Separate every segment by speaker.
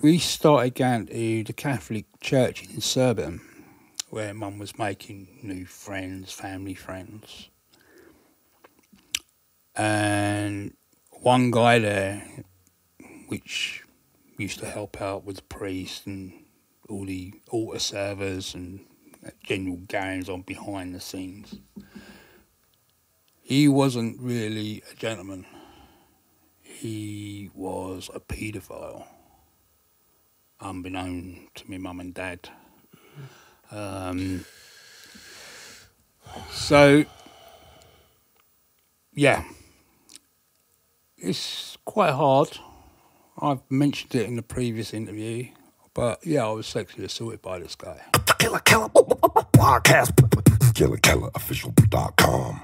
Speaker 1: we started going to the Catholic Church in Serbia, where Mum was making new friends, family friends. And one guy there, which used to help out with the priest and all the altar servers and general goings on behind the scenes. He wasn't really a gentleman. He was a paedophile, unbeknown to me mum and dad. Um, so, yeah, it's quite hard. I've mentioned it in the previous interview, but yeah, I was sexually assaulted by this guy.
Speaker 2: The Killer Keller podcast. KillerKellerOfficial.com.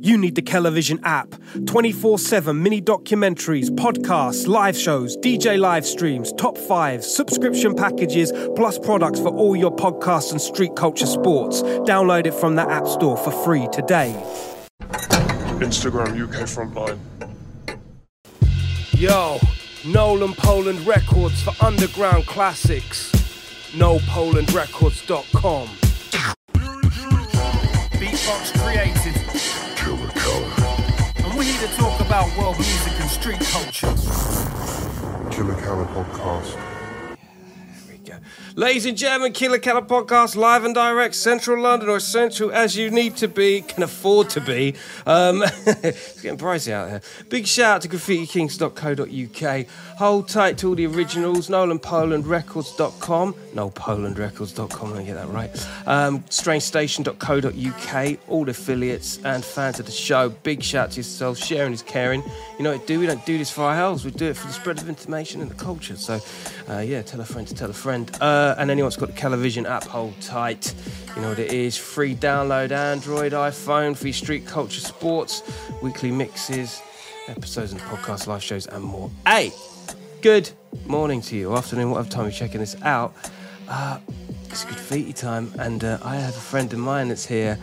Speaker 3: You need the Kellervision app. 24 7 mini documentaries, podcasts, live shows, DJ live streams, top fives, subscription packages, plus products for all your podcasts and street culture sports. Download it from the App Store for free today.
Speaker 4: Instagram UK Frontline.
Speaker 3: Yo, Nolan Poland Records for underground classics. NoPolandRecords.com.
Speaker 5: Beatbox created.
Speaker 2: Killer Keller.
Speaker 5: And we're here to talk about world music and street culture.
Speaker 4: Killer Keller podcast.
Speaker 3: go. Ladies and gentlemen, Killer Keller podcast, live and direct, central London, or central as you need to be, can afford to be. Um, it's getting pricey out there. Big shout out to graffitikings.co.uk. Hold tight to all the originals, nolanpolandrecords.com, nopolandrecords.com, let me get that right. Um, strangestation.co.uk, all affiliates and fans of the show. Big shout out to yourselves, sharing is caring. You know what we do? We don't do this for ourselves, we do it for the spread of information and the culture. So, uh, yeah, tell a friend to tell a friend. Uh, and anyone's got the television app, hold tight. You know what it is free download Android, iPhone, free street culture, sports, weekly mixes, episodes and podcasts, live shows, and more. Hey, good morning to you, or afternoon, whatever time you're checking this out. Uh, it's graffiti time, and uh, I have a friend of mine that's here.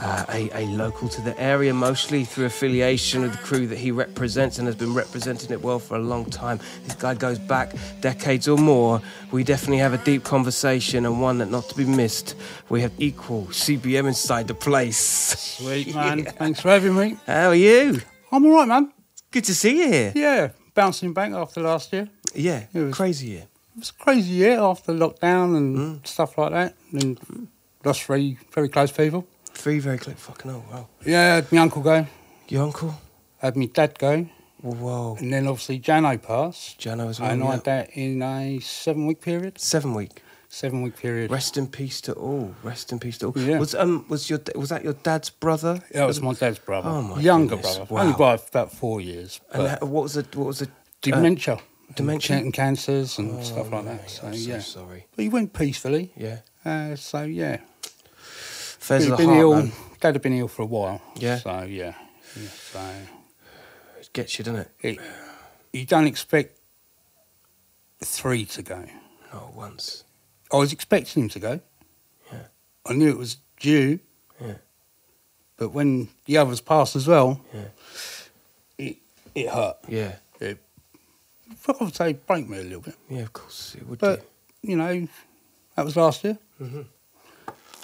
Speaker 3: Uh, a, a local to the area, mostly through affiliation with the crew that he represents and has been representing it well for a long time. This guy goes back decades or more. We definitely have a deep conversation and one that not to be missed. We have equal CBM inside the place.
Speaker 1: Sweet, man. Thanks for having me.
Speaker 3: How are you?
Speaker 1: I'm all right, man.
Speaker 3: Good to see you here.
Speaker 1: Yeah, bouncing back after last year.
Speaker 3: Yeah,
Speaker 1: It was-
Speaker 3: crazy year.
Speaker 1: It was a crazy year after lockdown and stuff like that. And lost three very close people.
Speaker 3: Three very close. Fucking oh wow.
Speaker 1: Yeah, I had my uncle go,
Speaker 3: Your uncle?
Speaker 1: had my dad go,
Speaker 3: Whoa.
Speaker 1: and then obviously Jano passed.
Speaker 3: Jano as well.
Speaker 1: and I
Speaker 3: yeah.
Speaker 1: had that in a seven week period.
Speaker 3: Seven week.
Speaker 1: Seven week period.
Speaker 3: Rest in peace to all. Rest in peace to all.
Speaker 1: Yeah.
Speaker 3: Was um was your was that your dad's brother?
Speaker 1: That was my dad's brother.
Speaker 3: Oh, my
Speaker 1: Younger
Speaker 3: goodness.
Speaker 1: brother.
Speaker 3: Wow.
Speaker 1: Only by about four years.
Speaker 3: And
Speaker 1: but
Speaker 3: ha- what was the what was the uh,
Speaker 1: dementia. and
Speaker 3: dementia?
Speaker 1: can- And cancers and stuff like
Speaker 3: Oh,
Speaker 1: that. So,
Speaker 3: I'm so
Speaker 1: yeah.
Speaker 3: sorry.
Speaker 1: But he went peacefully.
Speaker 3: Yeah.
Speaker 1: Uh, so, yeah.
Speaker 3: Fairs
Speaker 1: He'd
Speaker 3: of the
Speaker 1: been
Speaker 3: heart,
Speaker 1: ill.
Speaker 3: man.
Speaker 1: Dad had been ill for a while.
Speaker 3: Yeah.
Speaker 1: So, yeah. yeah so.
Speaker 3: It gets you, doesn't it?
Speaker 1: it, you don't expect three to go.
Speaker 3: Not once.
Speaker 1: I was expecting him to go.
Speaker 3: Yeah.
Speaker 1: I knew it was due.
Speaker 3: Yeah.
Speaker 1: But when the others passed as well,
Speaker 3: Yeah.
Speaker 1: it it hurt.
Speaker 3: Yeah.
Speaker 1: It, I would say it broke me a little bit.
Speaker 3: Yeah, of course it would
Speaker 1: But
Speaker 3: do.
Speaker 1: you know, that was last year.
Speaker 3: Mm-hmm.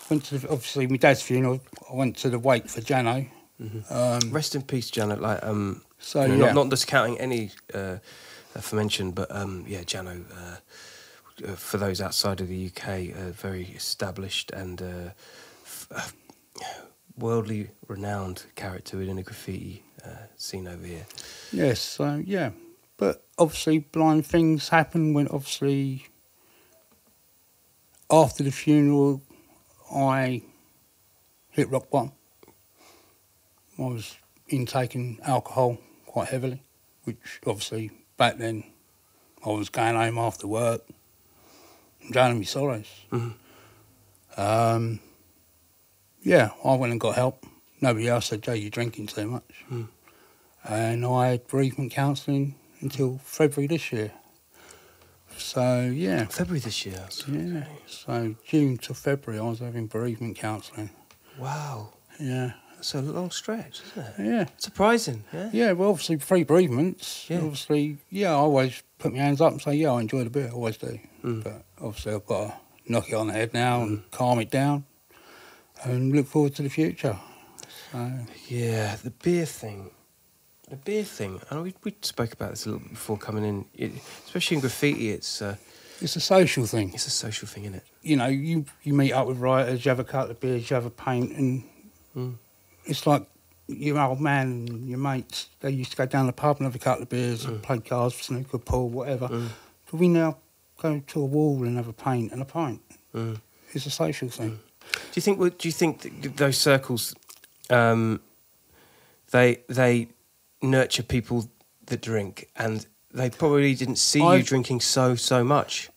Speaker 1: Went to the, obviously my dad's funeral. I went to the wake for Jano.
Speaker 3: Mm-hmm.
Speaker 1: Um,
Speaker 3: Rest in peace, Janet. Like um
Speaker 1: so
Speaker 3: you know,
Speaker 1: yeah,
Speaker 3: not, not discounting any uh, aforementioned, but um, yeah, Jano, uh, uh, for those outside of the UK, uh, very established and uh, f- uh, worldly renowned character within the graffiti uh, scene over here.
Speaker 1: yes, so yeah. But obviously, blind things happen when obviously after the funeral, I hit rock bottom. I was intaking alcohol quite heavily, which obviously back then I was going home after work, drowning my sorrows. Um, yeah, I went and got help. Nobody else said, Joe, you're drinking too much. And I had bereavement counselling until February this year. So, yeah.
Speaker 3: February this year.
Speaker 1: Yeah. So June to February, I was having bereavement counselling.
Speaker 3: Wow.
Speaker 1: Yeah.
Speaker 3: That's a long stretch, isn't it?
Speaker 1: Yeah.
Speaker 3: Surprising. Yeah.
Speaker 1: Yeah, well, obviously, free bereavements.
Speaker 3: Yeah.
Speaker 1: Obviously, yeah, I always put my hands up and say, yeah, I enjoyed a beer, I always do. But obviously, I've got to knock it on the head now and calm it down and look forward to the future. So,
Speaker 3: Yeah, the beer thing. The beer thing. And we, we spoke about this a little bit before coming in. It, especially in graffiti, it's uh,
Speaker 1: it's a social thing.
Speaker 3: it's a social thing, isn't it?
Speaker 1: You know, you, you meet up with writers, you have a couple of beers, you have a paint, and
Speaker 3: Mm.
Speaker 1: it's like your old man and your mates. They used to go down the pub and have a couple of beers and play cards, snooker, pool, whatever. But we now go to a wall and have a paint and a pint.
Speaker 3: Mm.
Speaker 1: It's a social thing.
Speaker 3: Do you think? Do you think th- those circles, um, they they nurture people that drink, and they probably didn't see you
Speaker 1: I've-
Speaker 3: drinking so so much.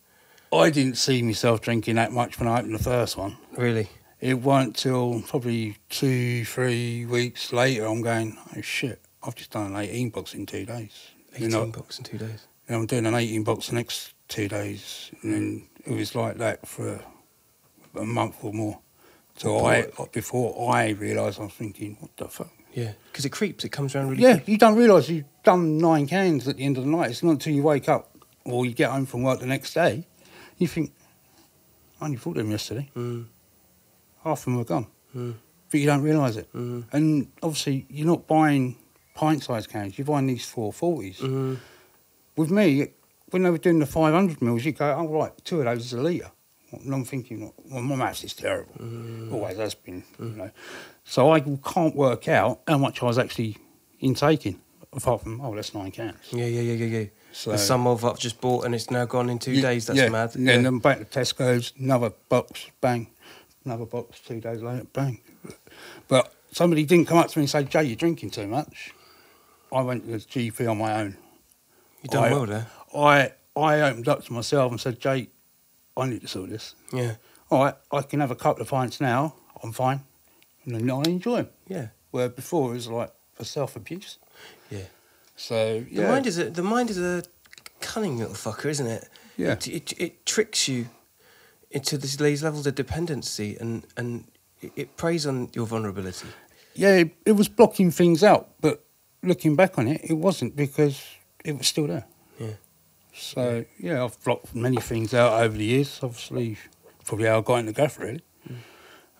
Speaker 1: I didn't see myself drinking that much when I opened the first one.
Speaker 3: Really,
Speaker 1: It weren't till probably two, three weeks later I'm going, oh shit, I've just done an 18 box in two days. You
Speaker 3: eighteen
Speaker 1: know,
Speaker 3: bucks in two days.
Speaker 1: and I'm doing an 18 box the next two days. And then it was like that for a month or more. So I, before I realised, I was thinking, what the fuck?
Speaker 3: Yeah, because it creeps. It comes around really.
Speaker 1: Yeah,
Speaker 3: quick.
Speaker 1: you don't realise you've done nine cans at the end of the night. It's not until you wake up or you get home from work the next day, you think, I only bought them yesterday.
Speaker 3: Mm.
Speaker 1: Half of them are gone.
Speaker 3: Mm.
Speaker 1: But you don't realise it.
Speaker 3: Mm.
Speaker 1: And obviously, you're not buying pint sized cans, you're buying these 440s.
Speaker 3: Mm.
Speaker 1: With me, when they were doing the 500 mils, you go, oh, right, two of those is a litre. And I'm thinking, well, my maths is terrible.
Speaker 3: Mm.
Speaker 1: Always has been, you know. So I can't work out how much I was actually intaking, apart from, oh, that's nine cans.
Speaker 3: Yeah, yeah, yeah, yeah, yeah.
Speaker 1: So-
Speaker 3: the sum of I've just bought and it's now gone in two
Speaker 1: Yeah,
Speaker 3: days. That's
Speaker 1: yeah.
Speaker 3: mad.
Speaker 1: And then I'm back to Tesco's, another box, bang. Another box, two days later, bang. But somebody didn't come up to me and say, Jay, you're drinking too much. I went to the GP on my own.
Speaker 3: You've done
Speaker 1: I-
Speaker 3: well there.
Speaker 1: I I opened up to myself and said, Jay, I need to sort this.
Speaker 3: Yeah,
Speaker 1: All right, I can have a couple of pints now. I'm fine. And then I enjoy them.
Speaker 3: yeah,
Speaker 1: Where before it was like for self abuse.
Speaker 3: yeah.
Speaker 1: So, yeah.
Speaker 3: The mind is a the mind is a cunning little fucker, isn't it?
Speaker 1: Yeah.
Speaker 3: It it, it tricks you into this, these levels of dependency and and it, it preys on your vulnerability.
Speaker 1: yeah, it, it was blocking things out, but looking back on it, it wasn't because it was still there.
Speaker 3: Yeah.
Speaker 1: So yeah, I've blocked many things out over the years. Obviously, probably how I got into graph really.
Speaker 3: Mm.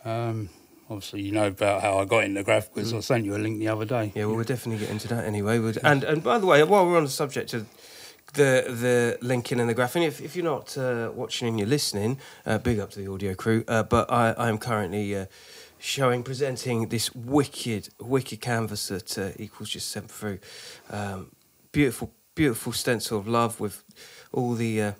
Speaker 1: Um, obviously, you know about how I got into graph because I sent you a link the other day.
Speaker 3: Mm. Yeah. Well, we'll definitely get into that anyway. We'd- And and by the way, while we're on the subject of the the Lincoln and the graphene. If, if you're not uh, watching and you're listening, uh, big up to the audio crew. Uh, but I, I am currently uh, showing, presenting this wicked, wicked canvas that uh, Equals just sent through. Um, beautiful, beautiful stencil of love with all the uh,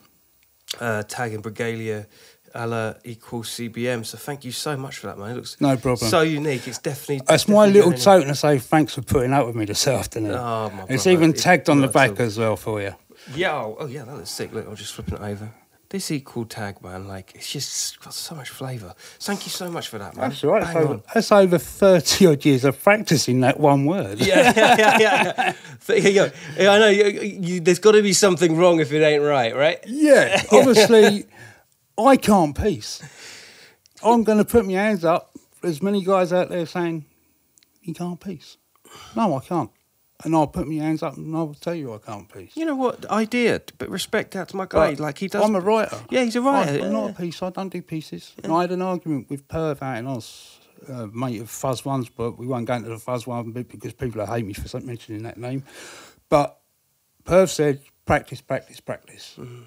Speaker 3: uh, tag and regalia. A la equals CBM, so thank you so much for that, man. It looks
Speaker 1: No problem.
Speaker 3: So unique. It's definitely
Speaker 1: That's my
Speaker 3: definitely
Speaker 1: little
Speaker 3: going in.
Speaker 1: token to say thanks for putting up with me this afternoon.
Speaker 3: Oh, my
Speaker 1: it's
Speaker 3: brother,
Speaker 1: even
Speaker 3: it's
Speaker 1: tagged on the
Speaker 3: not at
Speaker 1: back
Speaker 3: all.
Speaker 1: as well for you.
Speaker 3: Yo, oh yeah, that looks sick. Look, I'm just flipping it over. This equal tag, man, like it's just got so much flavour. Thank you so much for that, man.
Speaker 1: That's all right. That's
Speaker 3: Bang
Speaker 1: over,
Speaker 3: on.
Speaker 1: that's over 30 odd years of practicing that one word.
Speaker 3: Yeah, yeah, yeah, yeah. There you go. Yeah, I know. You, you, there's got to be something wrong if it ain't right, right?
Speaker 1: Yeah, obviously, I can't peace. I'm going to put my hands up. There's many guys out there saying, you can't peace. No, I can't. And I'll put my hands up and I'll tell you I can't peace.
Speaker 3: You know what? Idea, but respect that to my guy.
Speaker 1: But
Speaker 3: like he does.
Speaker 1: I'm a writer.
Speaker 3: Yeah, he's a writer.
Speaker 1: I'm not a piece. I don't do pieces. And I had an argument with Perv out in Oz, uh, mate of Fuzz Ones, but we won't go into the Fuzz One bit because people hate me for mentioning that name. But Perv said, practice, practice, practice.
Speaker 3: Mm.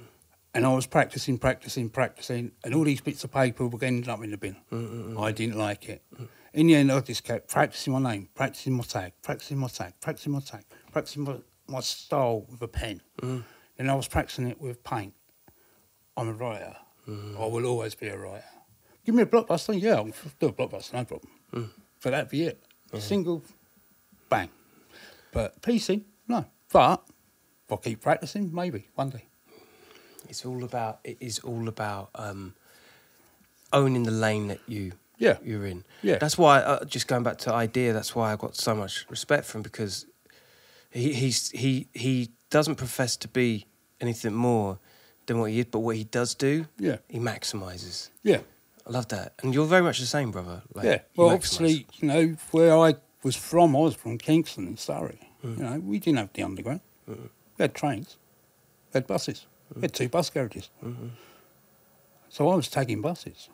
Speaker 1: And I was practicing, practicing, practicing, and all these bits of paper were ending up in the bin. I didn't like it. In the end, I just kept practicing my name, practicing my tag, practicing my tag, practicing my tag, practicing my, my style with a pen. Mm. Then I was practicing it with paint. I'm a writer. I will always be a writer. Give me a blockbuster, yeah, I'll f- do a blockbuster, no problem. But that'd be it. Single, bang. But PC, no. But if I keep practicing, maybe one day.
Speaker 3: It's all about. It is all about um, owning the lane that you
Speaker 1: Yeah.
Speaker 3: you're in.
Speaker 1: Yeah.
Speaker 3: That's why uh, just going back to idea. That's why I got so much respect for him because he he's, he he doesn't profess to be anything more than what he is, but what he does do,
Speaker 1: Yeah.
Speaker 3: he maximizes.
Speaker 1: Yeah.
Speaker 3: I love that. And you're very much the same, brother. Like,
Speaker 1: yeah.
Speaker 3: you
Speaker 1: Well,
Speaker 3: maximise.
Speaker 1: obviously, you know, where I was from, I was from Kingston in Surrey. You know, we didn't have the underground. We had trains, we had buses, we had two bus carriages. So I was tagging buses.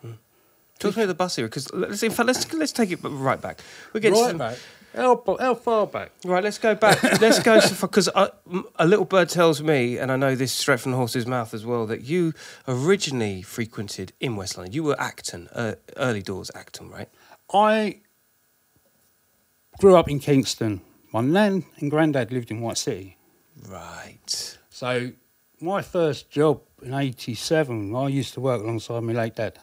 Speaker 3: Talk to me about the bus era, because let's, in fact, let's, let's take it right back. We're
Speaker 1: Right
Speaker 3: some-
Speaker 1: back. How, bo- how far back?
Speaker 3: Right, let's go back. let's go because uh, a little bird tells me, and I know this straight from the horse's mouth as well, that you originally frequented in West London. You were Acton, uh, early doors Acton, right?
Speaker 1: I grew up in Kingston. My nan and granddad lived in White City.
Speaker 3: Right.
Speaker 1: So my first job in 87, I used to work alongside my late dad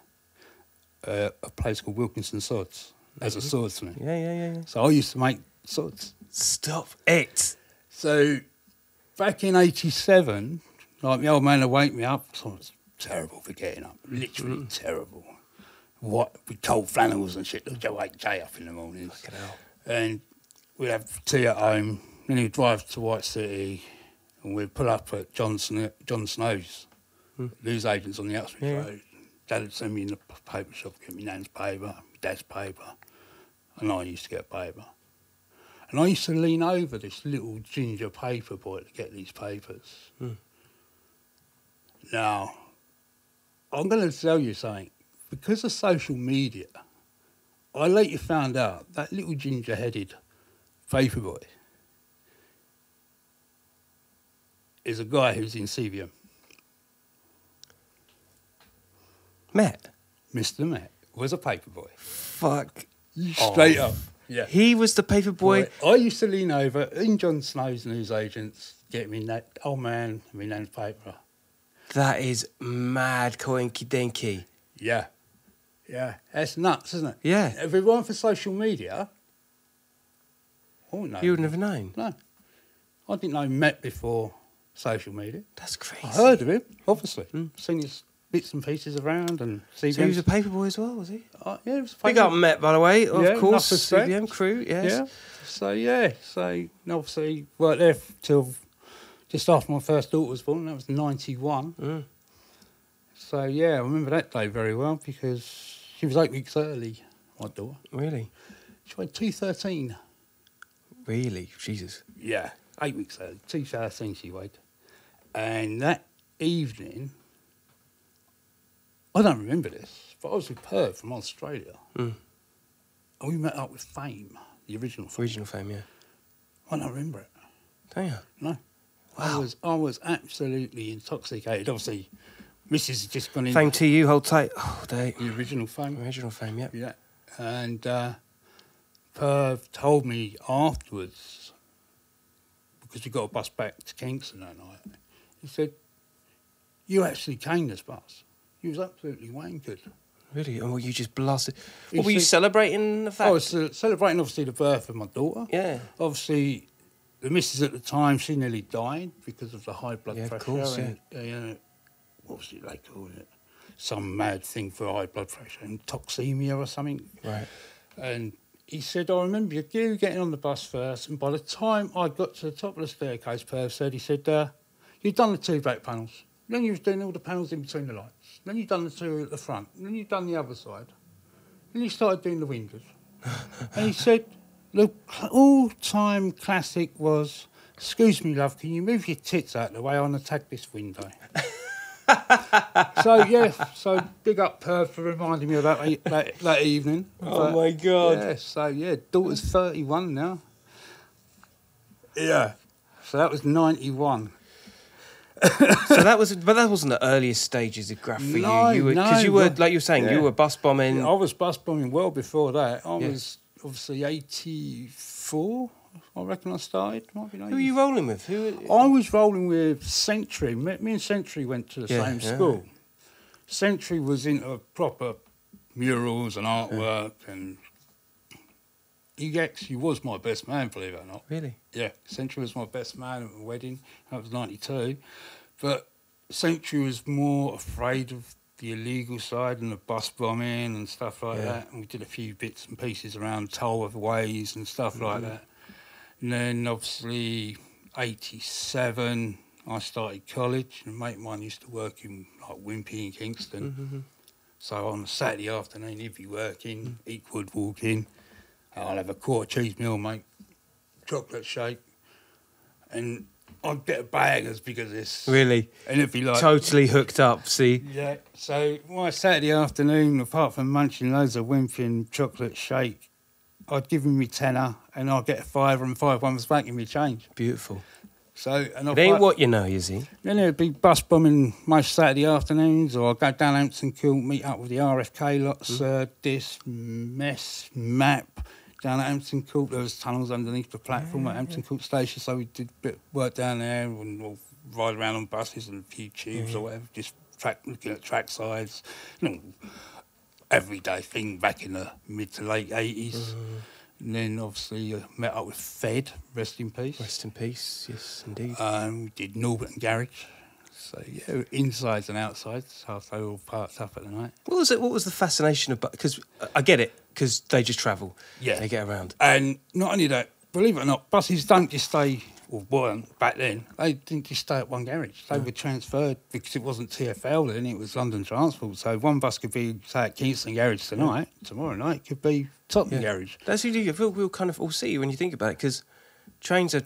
Speaker 1: uh, a place called Wilkinson Swords as a swordsman.
Speaker 3: Yeah, yeah, yeah. yeah.
Speaker 1: So I used to make swords.
Speaker 3: Stop it.
Speaker 1: So back in 87, like the old man would wake me up, 'cause I was terrible for getting up, literally
Speaker 3: Mm-hmm.
Speaker 1: terrible. What, with cold flannels and shit, they'd wake Jay up in the mornings.
Speaker 3: Fucking hell.
Speaker 1: And we'd have tea at home, then he'd drive to White City, and we'd pull up at John, Snow, John Snow's, news agents on the Uxbridge
Speaker 3: Hmm. Yeah.
Speaker 1: Road. Dad would send me in the p- paper shop, get me nan's paper, my dad's paper, and I used to get paper. And I used to lean over this little ginger paper boy to get these papers. Now, I'm going to tell you something. Because of social media, I later found out that little ginger headed paper boy is a guy who's in CVM,
Speaker 3: Matt.
Speaker 1: Mr. Matt, was a paper boy.
Speaker 3: Fuck.
Speaker 1: Straight up. Yeah.
Speaker 3: He was the paper boy.
Speaker 1: Boy, I used to lean over in John Snow's newsagents, get me that, oh man, me nan's paper.
Speaker 3: That is mad coinky dinky.
Speaker 1: Yeah. Yeah. That's nuts, isn't it?
Speaker 3: Yeah.
Speaker 1: If it weren't for social media, oh no.
Speaker 3: You would never known.
Speaker 1: No. I didn't know Matt before social media.
Speaker 3: That's crazy.
Speaker 1: I heard of him, obviously. Seen his bits and pieces around and CBM's.
Speaker 3: Hmm. So he was a paper boy as well, was he?
Speaker 1: uh, yeah, it was a
Speaker 3: Big
Speaker 1: favourite.
Speaker 3: up Matt, by the way, of
Speaker 1: Yeah, enough
Speaker 3: course.
Speaker 1: respect.
Speaker 3: CBM crew, yes.
Speaker 1: Yeah. So yeah, so and obviously worked there f- till just after my first daughter was born. That was ninety one.
Speaker 3: Mm.
Speaker 1: So yeah, I remember that day very well because she was eight weeks early. My daughter,
Speaker 3: Really?
Speaker 1: she weighed two thirteen.
Speaker 3: Really? Jesus.
Speaker 1: Yeah, eight weeks early, two thirteen she weighed. And that evening, I don't remember this, but I was with Perth from Australia,
Speaker 3: Mm.
Speaker 1: and we met up with Fame, the original. Fame.
Speaker 3: Regional fame, yeah.
Speaker 1: I don't remember it.
Speaker 3: Don't you?
Speaker 1: No. I was I was absolutely intoxicated. Obviously, Mrs. has just gone in
Speaker 3: Fame to you, hold tight. Oh, day.
Speaker 1: the original phone.
Speaker 3: Original fame, yeah.
Speaker 1: Yeah. And uh, Perv told me afterwards, because we got a bus back to Kingston that night, he said, You actually came this bus. You was absolutely wankered.
Speaker 3: Really? Oh, you just blasted.
Speaker 1: You
Speaker 3: What were you
Speaker 1: see-
Speaker 3: celebrating the fact?
Speaker 1: I was uh, celebrating, obviously, the birth of my daughter.
Speaker 3: yeah.
Speaker 1: obviously the missus at the time she nearly died because of the high blood
Speaker 3: Yeah, of
Speaker 1: pressure
Speaker 3: course,
Speaker 1: and uh, what was it they called it some mad thing for high blood pressure and toxemia or something
Speaker 3: Right.
Speaker 1: and he said I remember you you getting on the bus first and by the time I got to the top of the staircase Perv said he said uh, you've done the two back panels then you was doing all the panels in between the lights then you've done the two at the front then you've done the other side then he started doing the windows and he said, the cl- all-time classic was, excuse me, love, can you move your tits out of the way? I want to tag this window. so, yes, so big up Perth for reminding me of that, e- that, that evening.
Speaker 3: Oh, my God.
Speaker 1: Yeah, so, yeah, daughter's 31 now. Yeah. So that was 91.
Speaker 3: so that was, but that wasn't the earliest stages of graph for
Speaker 1: No,
Speaker 3: you. You were because
Speaker 1: no,
Speaker 3: you were
Speaker 1: no.
Speaker 3: like you were saying
Speaker 1: Yeah.
Speaker 3: you were bus bombing.
Speaker 1: I was bus bombing well before that. I
Speaker 3: Yeah.
Speaker 1: was obviously 84, I reckon I started. Might be
Speaker 3: Who were you rolling with? Who? Were,
Speaker 1: I was rolling with Century. Me, me and Century went to the
Speaker 3: Yeah,
Speaker 1: same
Speaker 3: yeah.
Speaker 1: school. Century was into proper murals and artwork, and he actually was my best man, believe it or not.
Speaker 3: Really?
Speaker 1: Yeah, Century was my best man at my wedding. That was 92. But Century was more afraid of the illegal side and the bus bombing and stuff like
Speaker 3: Yeah.
Speaker 1: that. And we did a few bits and pieces around toll of ways and stuff like that. And then obviously, 87, I started college. And a mate of mine used to work in like Wimpy in Kingston. So on Saturday afternoon, if you work in, Eatwood walk in, I'll have a quarter cheese meal, mate, chocolate shake, and I'll get a bag as big as this.
Speaker 3: Really,
Speaker 1: And it'd be like,
Speaker 3: totally hooked up. See,
Speaker 1: yeah. So my Saturday afternoon, apart from munching loads of wimping chocolate shake, I'd give him me tenner and I'd get a fiver and five one was back in me change.
Speaker 3: beautiful.
Speaker 1: So and I'd
Speaker 3: It ain't
Speaker 1: fi-
Speaker 3: what you know, you see.
Speaker 1: then it'd be bus bombing most Saturday afternoons, or I'd go down Hampton Kill, meet up with the RFK lot, Sir Dis, Mess, Map, down at Hampton Court. There was tunnels underneath the platform at Hampton Court Station, so we did a bit of work down there and we'll ride around on buses and a few tubes or whatever, just track, looking at track sides. You know, everyday thing back in the mid to late 80s. And then obviously uh, met up with Fed, rest in peace.
Speaker 3: Rest in peace. Yes, indeed.
Speaker 1: Um, we did Norbert and Garage. So yeah, insides and outsides, half they were all parked up at the night.
Speaker 3: what was it? What was the fascination about? Because uh, I get it. Because they just travel.
Speaker 1: Yeah.
Speaker 3: they get around.
Speaker 1: And not only that, believe it or not, buses don't just stay or weren't back then. They didn't just stay at one garage. They were transferred because it wasn't TFL then; it was London Transport. So one bus could be say at Kingston Garage tonight. Tomorrow night it could be Tottenham Garage.
Speaker 3: That's really I feel we'll kind of all see when you think about it, because trains are,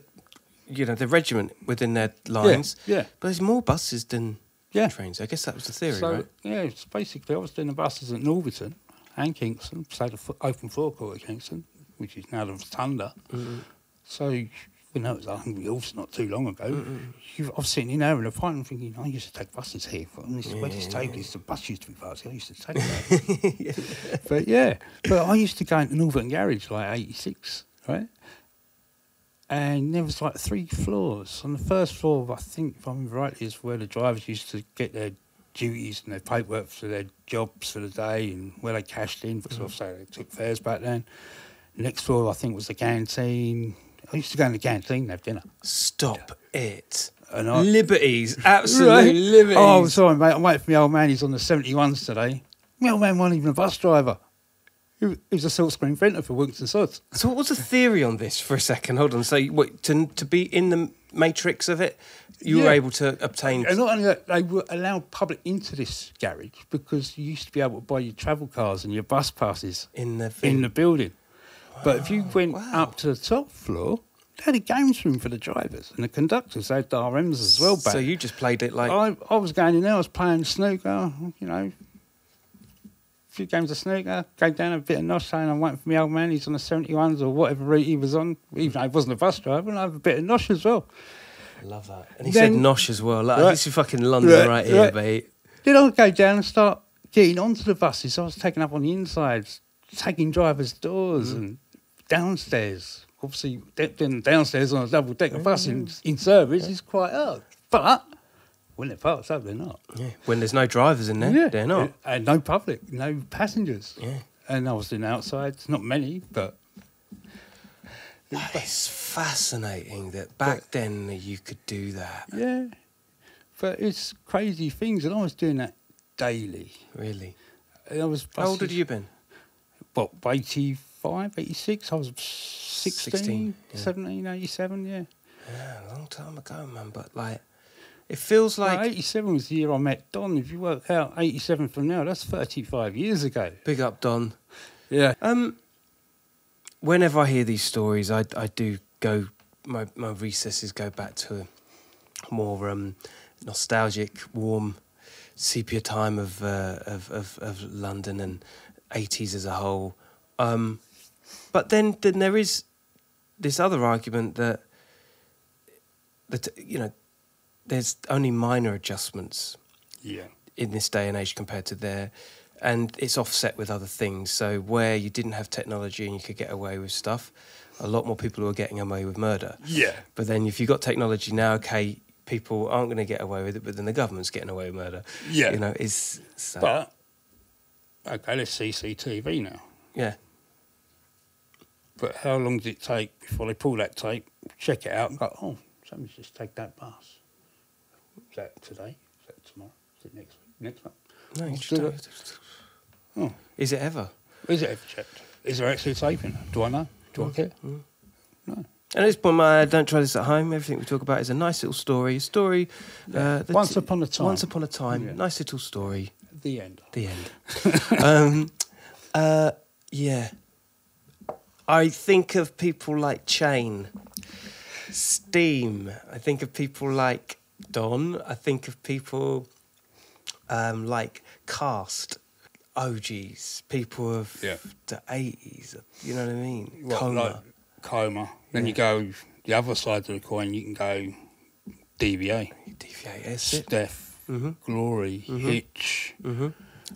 Speaker 3: you know, the regiment within their lines.
Speaker 1: yeah.
Speaker 3: But there's more buses than
Speaker 1: Yeah.
Speaker 3: trains. I guess that was the theory,
Speaker 1: So
Speaker 3: right?
Speaker 1: yeah, it's basically I was doing the buses at Norbiton and Kingston, so the f- open forecourt at Kingston, which is now the Thunder.
Speaker 3: Mm-hmm.
Speaker 1: So you know, it was a hungry horse not too long ago.
Speaker 3: Mm-hmm.
Speaker 1: You, I was sitting in there in a pint and thinking, I used to take buses here. From this, where this table is, the bus used to be passed. here, I used to take that. But yeah, but I used to go into Northern Garage like '86, right? and there was like three floors. On the first floor, I think, if I'm right, is where the drivers used to get their duties and their paperwork for their jobs for the day and where they cashed in because obviously they took fares back then. Next floor, I think, was the canteen. I used to go in the canteen and have dinner.
Speaker 3: Stop it.
Speaker 1: And I-
Speaker 3: liberties, absolute liberties.
Speaker 1: Oh, I'm sorry, mate. I'm waiting for my old man. He's on the 71s today. My old man wasn't even a bus driver. He he was a silk screen printer for Wilkes and Sods.
Speaker 3: So what was the theory on this for a second? Hold on. So what, to to be in the matrix of it, you were
Speaker 1: Yeah.
Speaker 3: able to obtain.
Speaker 1: And not only that, they were allowed public into this garage because you used to be able to buy your travel cars and your bus passes
Speaker 3: In the thing.
Speaker 1: in the building. But if you went
Speaker 3: wow.
Speaker 1: up to the top floor, they had a games room for the drivers and the conductors. They had the RMs as well back.
Speaker 3: So you just played it like
Speaker 1: I, I was going in there, I was playing snooker, you know, a few games of snooker, go down a bit of nosh saying I'm waiting for my old man, he's on the 71s or whatever route he was on, even though he wasn't a bus driver, and I have a bit of nosh as well.
Speaker 3: love that. And he said
Speaker 1: Then-
Speaker 3: nosh as well. Like,
Speaker 1: Right.
Speaker 3: Uh, This is fucking London right,
Speaker 1: Right,
Speaker 3: here,
Speaker 1: right.
Speaker 3: mate.
Speaker 1: Then I'd go down and start getting onto the buses. I was taking up on the insides, taking drivers' doors and downstairs. Obviously, d- then downstairs on a double decker bus in, in service is quite hard. But when they're parked up, they're not.
Speaker 3: Yeah. When there's no drivers in there, they're not.
Speaker 1: And, and no public, no passengers.
Speaker 3: Yeah.
Speaker 1: And I was doing outside, not many, but
Speaker 3: That is fascinating that back then that you could do that.
Speaker 1: yeah. But it's crazy things, and I was doing that daily.
Speaker 3: Really?
Speaker 1: And I was
Speaker 3: How old had
Speaker 1: buses-
Speaker 3: you been?
Speaker 1: what, 85, 86? I was 16,
Speaker 3: 16, yeah.
Speaker 1: 17, 87, yeah.
Speaker 3: Yeah, a long time ago, man. But like, it feels
Speaker 1: Like,
Speaker 3: like
Speaker 1: 87 was the year I met Don. If you work out 87 from now, that's 35 years ago.
Speaker 3: big up Don.
Speaker 1: Yeah.
Speaker 3: Um, whenever I hear these stories, I I do go my my recesses go back to a more um nostalgic, warm sepia time of uh, of, of of London and eighties as a whole. Um, but then then there is this other argument that that you know there's only minor adjustments
Speaker 1: Yeah.
Speaker 3: in this day and age compared to there. And it's offset with other things. So where you didn't have technology and you could get away with stuff, a lot more people were getting away with murder.
Speaker 1: Yeah.
Speaker 3: But then if you've got technology now, okay, people aren't going to get away with it, but then the government's getting away with murder.
Speaker 1: Yeah.
Speaker 3: You know, it's so,
Speaker 1: But, okay, let's CCTV now.
Speaker 3: yeah.
Speaker 1: But how long did it take before they pull that tape, check it out, and go, oh, someone's just take that bus? Is that today? Is that tomorrow? Is it next week? Next month?
Speaker 3: No, you
Speaker 1: Let's
Speaker 3: just
Speaker 1: do
Speaker 3: don't-
Speaker 1: that. Oh.
Speaker 3: Is it ever?
Speaker 1: Is it ever checked? Is there actually a tape in it? Do I know? Do I care?
Speaker 3: And at this point, my don't try this at home. Everything we talk about is a nice little story. Story. Uh, the
Speaker 1: Once upon a time.
Speaker 3: Once upon a time.
Speaker 1: Yeah.
Speaker 3: Nice little story.
Speaker 1: The end.
Speaker 3: The end. um, uh, yeah. I think of people like Chain, Steam. I think of people like Don. I think of people um, like Cast, OGs, people of
Speaker 1: Yeah.
Speaker 3: the 80s. You know what I mean?
Speaker 1: Well,
Speaker 3: Coma.
Speaker 1: like coma. Then you go the other side of the coin. You can go DVA,
Speaker 3: DVA, that's it. Mm-hmm.
Speaker 1: Steph, Glory, Hitch.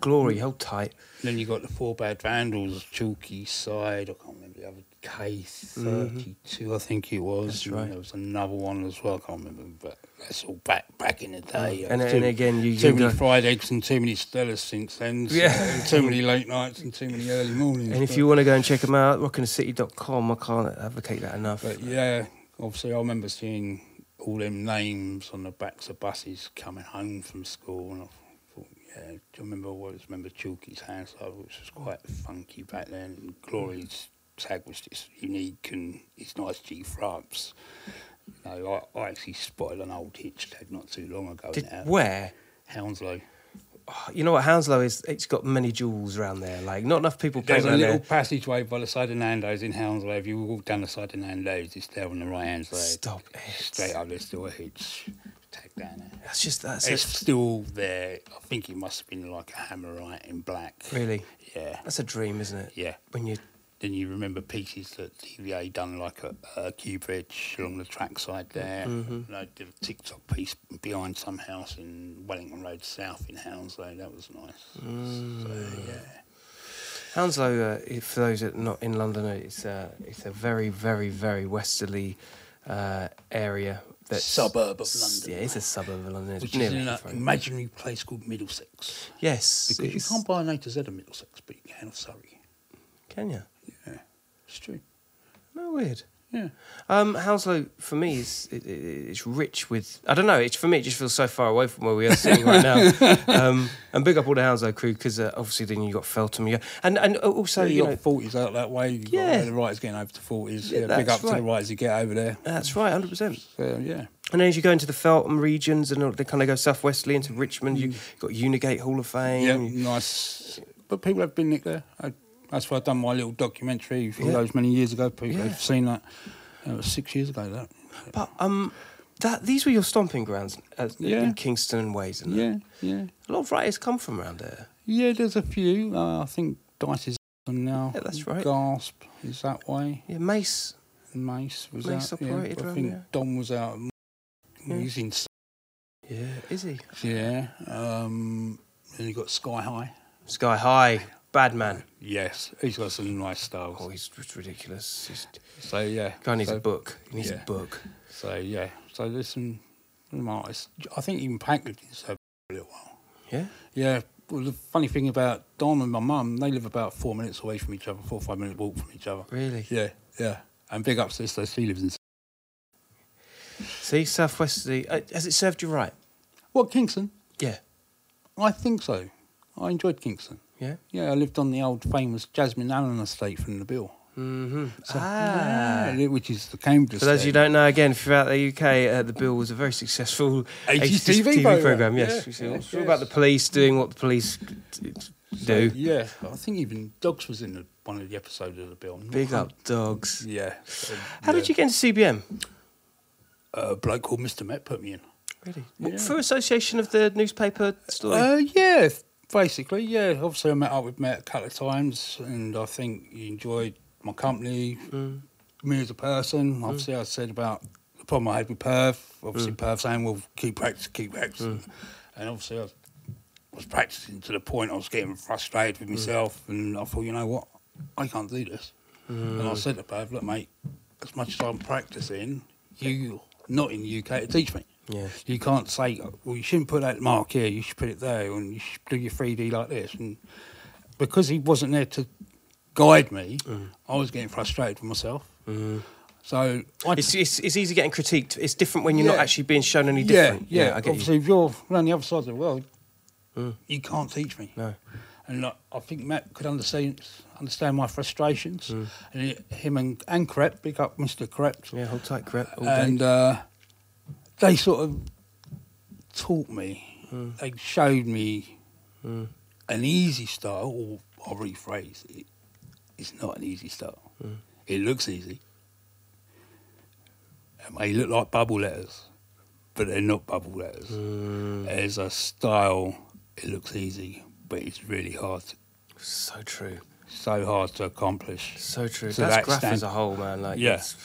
Speaker 3: Glory, hold tight.
Speaker 1: Then you got the four bad vandals, Chalky Side. I can't remember the other K 32 I think it was.
Speaker 3: Mm-hmm. That's
Speaker 1: And
Speaker 3: right.
Speaker 1: There was another one as well. I can't remember, but that's all back back in the day.
Speaker 3: Mm. And-
Speaker 1: There's
Speaker 3: and
Speaker 1: Ah, too-
Speaker 3: again, you-
Speaker 1: too
Speaker 3: you
Speaker 1: many
Speaker 3: go-
Speaker 1: fried eggs and too many Stellas since then. so-
Speaker 3: Yeah.
Speaker 1: and too many late nights and too many early mornings.
Speaker 3: And if
Speaker 1: but-
Speaker 3: you want to go and check them out, rockinthecity.com. I can't advocate that enough.
Speaker 1: But yeah, obviously, I remember seeing all them names on the backs of buses coming home from school, and I thought, yeah, do you remember? I always remember Chalky's house, uh, which was quite funky back then. And Glory's tag was just unique, and it's nice G fraps. You know, I, I actually spotted an old hitch tag not too long ago.
Speaker 3: Did,
Speaker 1: now.
Speaker 3: where?
Speaker 1: Hounslow.
Speaker 3: You know what Hounslow is? It's got many jewels around there. Like not enough people play
Speaker 1: There's a
Speaker 3: around
Speaker 1: little
Speaker 3: there.
Speaker 1: passageway by the side of Nando's in Hounslow. If you walk down the side of Nando's, it's there on the right hand side.
Speaker 3: Stop
Speaker 1: Straight
Speaker 3: it!
Speaker 1: up, there's still a hitch tag down there.
Speaker 3: That's just that's
Speaker 1: It's
Speaker 3: a,
Speaker 1: still there. I think it must have been like a hammerite in black.
Speaker 3: really
Speaker 1: Yeah.
Speaker 3: that's a dream, isn't it?
Speaker 1: Yeah.
Speaker 3: When you
Speaker 1: Then you remember pieces that TVA done like a, a Q bridge along the trackside there.
Speaker 3: Mm-hmm.
Speaker 1: And I did a TikTok piece behind some house in Wellington Road South in Hounslow. That was nice.
Speaker 3: Mm.
Speaker 1: So, yeah.
Speaker 3: Hounslow, uh, if for those that are not in London, it's uh, it's a very very very westerly uh, area. That's,
Speaker 1: Suburb of
Speaker 3: s-
Speaker 1: London,
Speaker 3: Yeah, it's a suburb of London. It's
Speaker 1: Which
Speaker 3: near
Speaker 1: is in an
Speaker 3: Heathrow.
Speaker 1: imaginary place called Middlesex.
Speaker 3: yes,
Speaker 1: Because you
Speaker 3: it's-
Speaker 1: can't buy an A to Z of Middlesex, but you can of Surrey.
Speaker 3: Can you?
Speaker 1: Yeah. It's true.
Speaker 3: No weird.
Speaker 1: Yeah.
Speaker 3: Um, Hounslow for me is it, it, it's rich with I don't know. It's for me. It just feels so far away from where we are sitting right now. Um, and big up all the Hounslow crew because uh, obviously then you got Feltham, you got, and and also
Speaker 1: So
Speaker 3: you
Speaker 1: you
Speaker 3: know
Speaker 1: got forties out that way. You've
Speaker 3: Yeah.
Speaker 1: got where the right's getting over to forties.
Speaker 3: Yeah,
Speaker 1: Yeah, big
Speaker 3: that's
Speaker 1: up to the
Speaker 3: right.
Speaker 1: right as you get over there.
Speaker 3: that's right, hundred percent.
Speaker 1: So yeah,
Speaker 3: And then as you go into the Feltham regions and all- they kind of go southwesterly into Richmond, you have got Unigate Hall of Fame.
Speaker 1: Mm. yeah, nice. But people have been nicked there. I, that's why I done my little documentary all
Speaker 3: Yeah.
Speaker 1: those many years ago. People
Speaker 3: Yeah.
Speaker 1: have seen that. It was six years ago. That
Speaker 3: But um, that these were your stomping grounds at,
Speaker 1: Yeah.
Speaker 3: in Kingston and Ways, and
Speaker 1: yeah, yeah,
Speaker 3: a lot of writers come from around there.
Speaker 1: yeah. There's a few. Uh, I think Dice is on now.
Speaker 3: Yeah, that's right.
Speaker 1: Gasp is that way.
Speaker 3: Yeah, Mace.
Speaker 1: And Mace was
Speaker 3: Mace
Speaker 1: out. yeah.
Speaker 3: operated
Speaker 1: I
Speaker 3: round
Speaker 1: think
Speaker 3: there.
Speaker 1: Don was out.
Speaker 3: Yeah.
Speaker 1: He's in. s-
Speaker 3: Yeah, is he?
Speaker 1: Yeah. Um, and you got Sky High.
Speaker 3: Sky High, bad man.
Speaker 1: Yes, he's got some nice styles.
Speaker 3: Oh, he's it's ridiculous. He's,
Speaker 1: So yeah,
Speaker 3: guy needs
Speaker 1: so,
Speaker 3: a book. He needs
Speaker 1: yeah.
Speaker 3: a book.
Speaker 1: So yeah, so there's some, some artists. I think even Panklin's had a little while.
Speaker 3: Yeah.
Speaker 1: Yeah. Well, the funny thing about Don and my mum, they live about four minutes away from each other, four or five minute walk from each other.
Speaker 3: Really?
Speaker 1: Yeah, yeah. And big up sister, she lives in.
Speaker 3: See, Southwesterly. Uh, has it served you right?
Speaker 1: What Kingston?
Speaker 3: Yeah.
Speaker 1: I think so. I enjoyed Kingston.
Speaker 3: Yeah.
Speaker 1: Yeah, I lived on the old famous Jasmine Allen estate from the Bill.
Speaker 3: Mm-hmm.
Speaker 1: So-
Speaker 3: ah.
Speaker 1: Yeah, which is the Cambridge.
Speaker 3: For those of you who
Speaker 1: estate.
Speaker 3: don't know, again, if you're out the UK, uh, the bill was a very successful
Speaker 1: HGTV
Speaker 3: program.
Speaker 1: programme,
Speaker 3: Yes,
Speaker 1: yeah,
Speaker 3: So it's all
Speaker 1: yes.
Speaker 3: about the police doing what the police d- d- do.
Speaker 1: Yeah, I think even Dogs was in the, one of the episodes of the Bill. I'm not
Speaker 3: Big
Speaker 1: hun-
Speaker 3: up dogs.
Speaker 1: Yeah. so, yeah.
Speaker 3: How did you get into CBM?
Speaker 1: a bloke called Mr. Met put me in.
Speaker 3: Really?
Speaker 1: Yeah.
Speaker 3: For association of the newspaper story.
Speaker 1: Uh, yeah, basically, yeah. Obviously, I met up with Met a couple of times, and I think he enjoyed my company, me as a person. Obviously, I said about the problem I had with Perth. Obviously, Perth saying, "Well, keep practicing, keep practicing," and obviously, I was, was practicing to the point I was getting frustrated with myself, and I thought, you know what, I can't do this. And I said to Perth, "Look, mate, as much as I'm practicing, you." Not in the UK to teach me.
Speaker 3: yeah.
Speaker 1: You can't say, well, you shouldn't put that mark here, you should put it there, and you should do your 3D like this. And because he wasn't there to guide me,
Speaker 3: Mm.
Speaker 1: I was getting frustrated with myself. So I
Speaker 3: It's, it's, it's easy getting critiqued. It's different when you're not
Speaker 1: Yeah.
Speaker 3: actually being shown any
Speaker 1: yeah,
Speaker 3: different.
Speaker 1: yeah,
Speaker 3: I get
Speaker 1: Obviously,
Speaker 3: you. Mm.
Speaker 1: if you're around the other side of the world, you can't teach me.
Speaker 3: No.
Speaker 1: And like, I think Matt could understand understand my frustrations. And it, him and, and Crep, big up Mr. Crep,
Speaker 3: Mm. Yeah, hold tight, Greg. All day.
Speaker 1: and uh, they sort of taught me. They showed me an easy style, or I'll rephrase it, it's not an easy style. It looks easy. It may look like bubble letters, but they're not bubble letters. As a style, it looks easy, but it's really hard, to,
Speaker 3: So true.
Speaker 1: so hard to accomplish.
Speaker 3: So true.
Speaker 1: So
Speaker 3: That's
Speaker 1: that
Speaker 3: graph
Speaker 1: stand-
Speaker 3: as a whole, man. Like,
Speaker 1: Yeah.
Speaker 3: it's-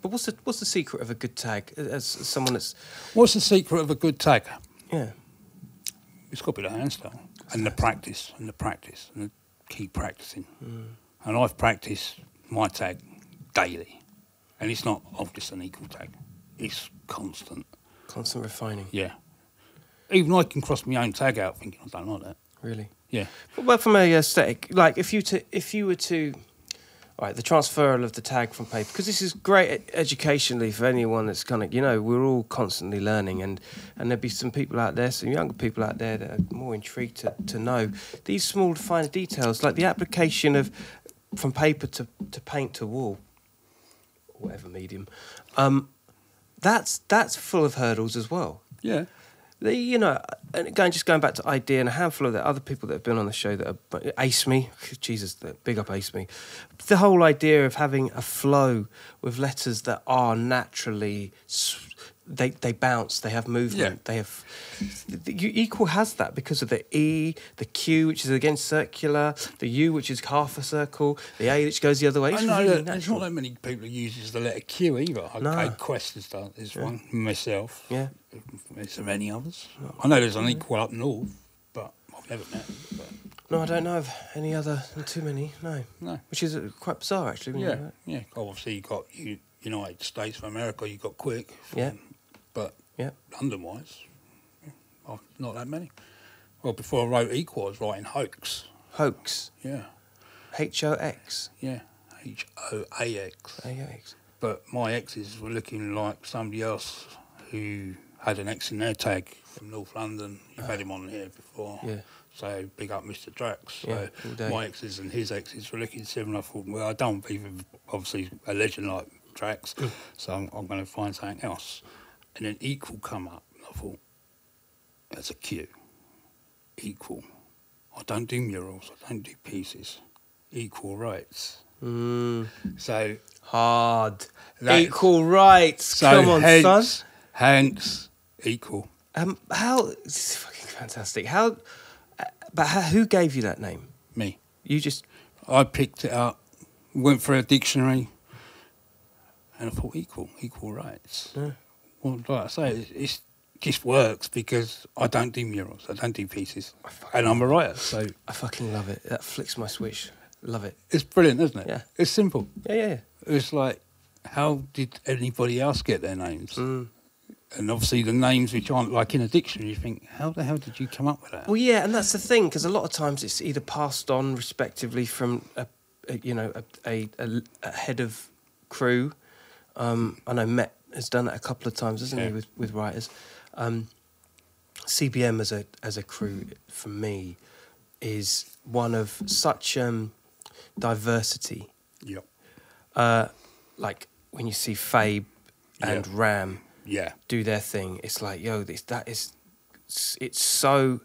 Speaker 3: But what's the what's the secret of a good tag? As someone that's
Speaker 1: What's the secret of a good tagger?
Speaker 3: yeah.
Speaker 1: It's got to be the hand style and the practice and the practice and the keep practicing.
Speaker 3: Mm.
Speaker 1: And I've practiced my tag daily, and it's not of just an equal tag; it's constant.
Speaker 3: Constant refining,
Speaker 1: Yeah. Even I can cross my own tag out thinking I don't like that.
Speaker 3: really.
Speaker 1: Yeah.
Speaker 3: Well, from a aesthetic, uh, like if you to if you were to, all right, the transferal of the tag from paper because this is great e- educationally for anyone that's kind of you know we're all constantly learning and and there'd be some people out there, some younger people out there that are more intrigued to, to know these small fine details like the application of from paper to to paint to wall, whatever medium, um, that's that's full of hurdles as well
Speaker 1: Yeah.
Speaker 3: the, you know, and again, just going back to idea and a handful of the other people that have been on the show that are ace me, Jesus, the- big up ace me. The whole idea of having a flow with letters that are naturally s- they they bounce, they have movement,
Speaker 1: Yeah.
Speaker 3: they have. the- You equal has that because of the E, the Q, which is again circular, the U, which is half a circle, the A, which goes the other way. It's
Speaker 1: I know
Speaker 3: really
Speaker 1: that there's
Speaker 3: natural.
Speaker 1: not that many people who uses the letter Q either. Okay,
Speaker 3: No.
Speaker 1: Quest has done this one myself.
Speaker 3: Yeah.
Speaker 1: Is there any others? I know there's an equal up north, but I've never met. it, But
Speaker 3: No, I don't know of any other too many. No,
Speaker 1: No.
Speaker 3: which is uh, quite bizarre actually. when you
Speaker 1: Yeah,
Speaker 3: think about it.
Speaker 1: yeah. Obviously, you got U- United States of America. You got Quick.
Speaker 3: Yeah.
Speaker 1: but
Speaker 3: yeah.
Speaker 1: London wise, not that many. Well, before I wrote equal, I was writing hoax.
Speaker 3: Hoax.
Speaker 1: Yeah,
Speaker 3: H O X.
Speaker 1: yeah. H O A X.
Speaker 3: H O X.
Speaker 1: But my exes were looking like somebody else who had an ex in their tag from North London. You've had him on here before.
Speaker 3: Yeah.
Speaker 1: So big up Mr. Drax. So
Speaker 3: Yeah, all day.
Speaker 1: my exes and his exes were looking similar. I thought, well, I don't want people, obviously, a legend like Drax, so I'm, I'm going to find something else. And then equal come up, and I thought, that's a cue. Equal. I don't do murals, I don't do pieces. Equal rights.
Speaker 3: Mm,
Speaker 1: So
Speaker 3: hard.
Speaker 1: That-
Speaker 3: Equal rights.
Speaker 1: So
Speaker 3: Come on,
Speaker 1: hence,
Speaker 3: son.
Speaker 1: hence equal.
Speaker 3: Um, how? This is fucking fantastic. How? uh, But how, who gave you that name?
Speaker 1: Me.
Speaker 3: You just
Speaker 1: I picked it up, went for a dictionary, and I thought equal, equal rights. Well, like I say, it's, it's just works because I don't do murals, I don't do pieces, and I'm a writer, so
Speaker 3: I fucking love it. That flicks my switch. Love it.
Speaker 1: it's brilliant, isn't it?
Speaker 3: Yeah.
Speaker 1: It's simple.
Speaker 3: Yeah, yeah. yeah.
Speaker 1: It's like, how did anybody else get their names?
Speaker 3: Mm.
Speaker 1: And obviously, the names which aren't like in a dictionary, you think, how the hell did you come up with that?
Speaker 3: Well, yeah, and that's the thing because a lot of times it's either passed on respectively from a, a you know a, a, a, a head of crew. Um, I know Met has done that a couple of times, hasn't he,
Speaker 1: Yeah.
Speaker 3: with with writers. Um, CBM as a as a crew for me is one of such um, diversity.
Speaker 1: Yep.
Speaker 3: Uh, like when you see Fabe and
Speaker 1: Yeah.
Speaker 3: Ram
Speaker 1: Yeah.
Speaker 3: do their thing, it's like yo, this that is it's so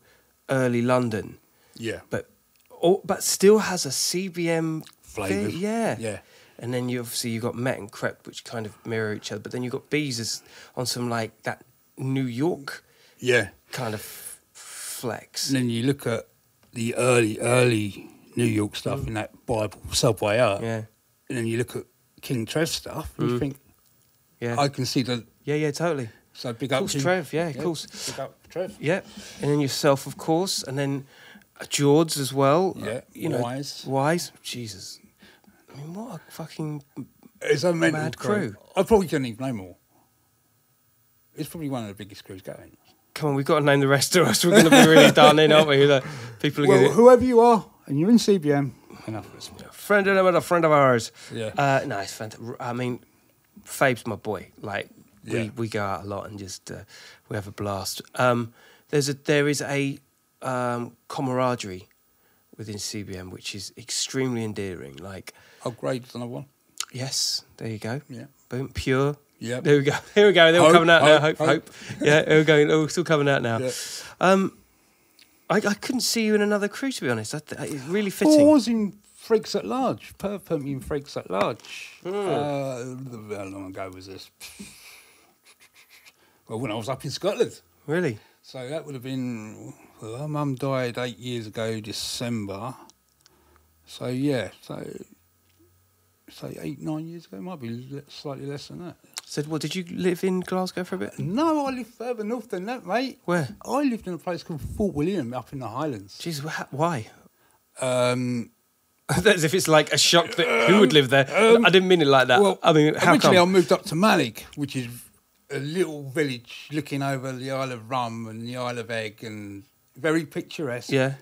Speaker 3: early London
Speaker 1: Yeah.
Speaker 3: but or, but still has a CBM
Speaker 1: Flavour.
Speaker 3: feel, Yeah,
Speaker 1: Yeah.
Speaker 3: And then you obviously you got Met and Crep, which kind of mirror each other. But then you got Bees as, on some like that New York
Speaker 1: Yeah.
Speaker 3: kind of f- flex.
Speaker 1: And then you look at the early, early New York stuff in that Bible subway art.
Speaker 3: Mm. Yeah, Mm.
Speaker 1: And then you look at King Trev stuff, and you think,
Speaker 3: yeah,
Speaker 1: I can see the.
Speaker 3: yeah, yeah. Totally.
Speaker 1: So big
Speaker 3: Of
Speaker 1: up
Speaker 3: course,
Speaker 1: to
Speaker 3: Trev, yeah, of course.
Speaker 1: Big up Trev.
Speaker 3: Yeah, and then yourself, of course, and then uh, George as well. uh,
Speaker 1: Yeah, Wise.
Speaker 3: Wise. Jesus. I mean, what a fucking
Speaker 1: It's a mental
Speaker 3: Mad
Speaker 1: crew.
Speaker 3: crew.
Speaker 1: I probably don't even know more. It's probably one of the biggest crews going.
Speaker 3: come on! We've got to name the rest of us. We're going to be really done in, aren't we? Like, people are
Speaker 1: Well,
Speaker 3: going. to
Speaker 1: whoever you are, and you're in CBM, enough respect.
Speaker 3: friend of them and a friend of ours.
Speaker 1: Yeah.
Speaker 3: Uh, no, it's fantastic. I mean, Fabe's my boy. Like we,
Speaker 1: Yeah.
Speaker 3: we go out a lot and just uh, we have a blast. Um, there's a there is a um, camaraderie within CBM which is extremely endearing. Like
Speaker 1: Upgrades another one.
Speaker 3: yes, there you go.
Speaker 1: Yeah.
Speaker 3: Boom, pure.
Speaker 1: Yep.
Speaker 3: There we go. Here we go. They're all
Speaker 1: Hope,
Speaker 3: coming out now. Hope,
Speaker 1: hope,
Speaker 3: hope. Yeah, they're all going. They're all still coming out now.
Speaker 1: Yeah.
Speaker 3: Um, I, I couldn't see you in another crew, to be honest. I, th- it's really
Speaker 1: Well,
Speaker 3: fitting.
Speaker 1: I was in Freaks at Large, Perpum in Freaks at Large.
Speaker 3: Hmm.
Speaker 1: Uh, how long ago was this? Well, when I was up in Scotland.
Speaker 3: Really?
Speaker 1: So that would have been. Well, her mum died eight years ago, December. So yeah, so so eight nine years ago might be le- slightly less than that.
Speaker 3: Said, well, did you live in Glasgow for a bit?
Speaker 1: No, I live further north than that, mate.
Speaker 3: Where?
Speaker 1: I lived in a place called Fort William up in the Highlands.
Speaker 3: Jeez, wha- why?
Speaker 1: Um,
Speaker 3: As if it's like a shock that who would live there. I didn't mean it like that. Uh, I mean, how
Speaker 1: Um, originally I
Speaker 3: come?
Speaker 1: moved up to Malik, which is a little village looking over the Isle of Rum and the Isle of Egg, and very picturesque.
Speaker 3: yeah.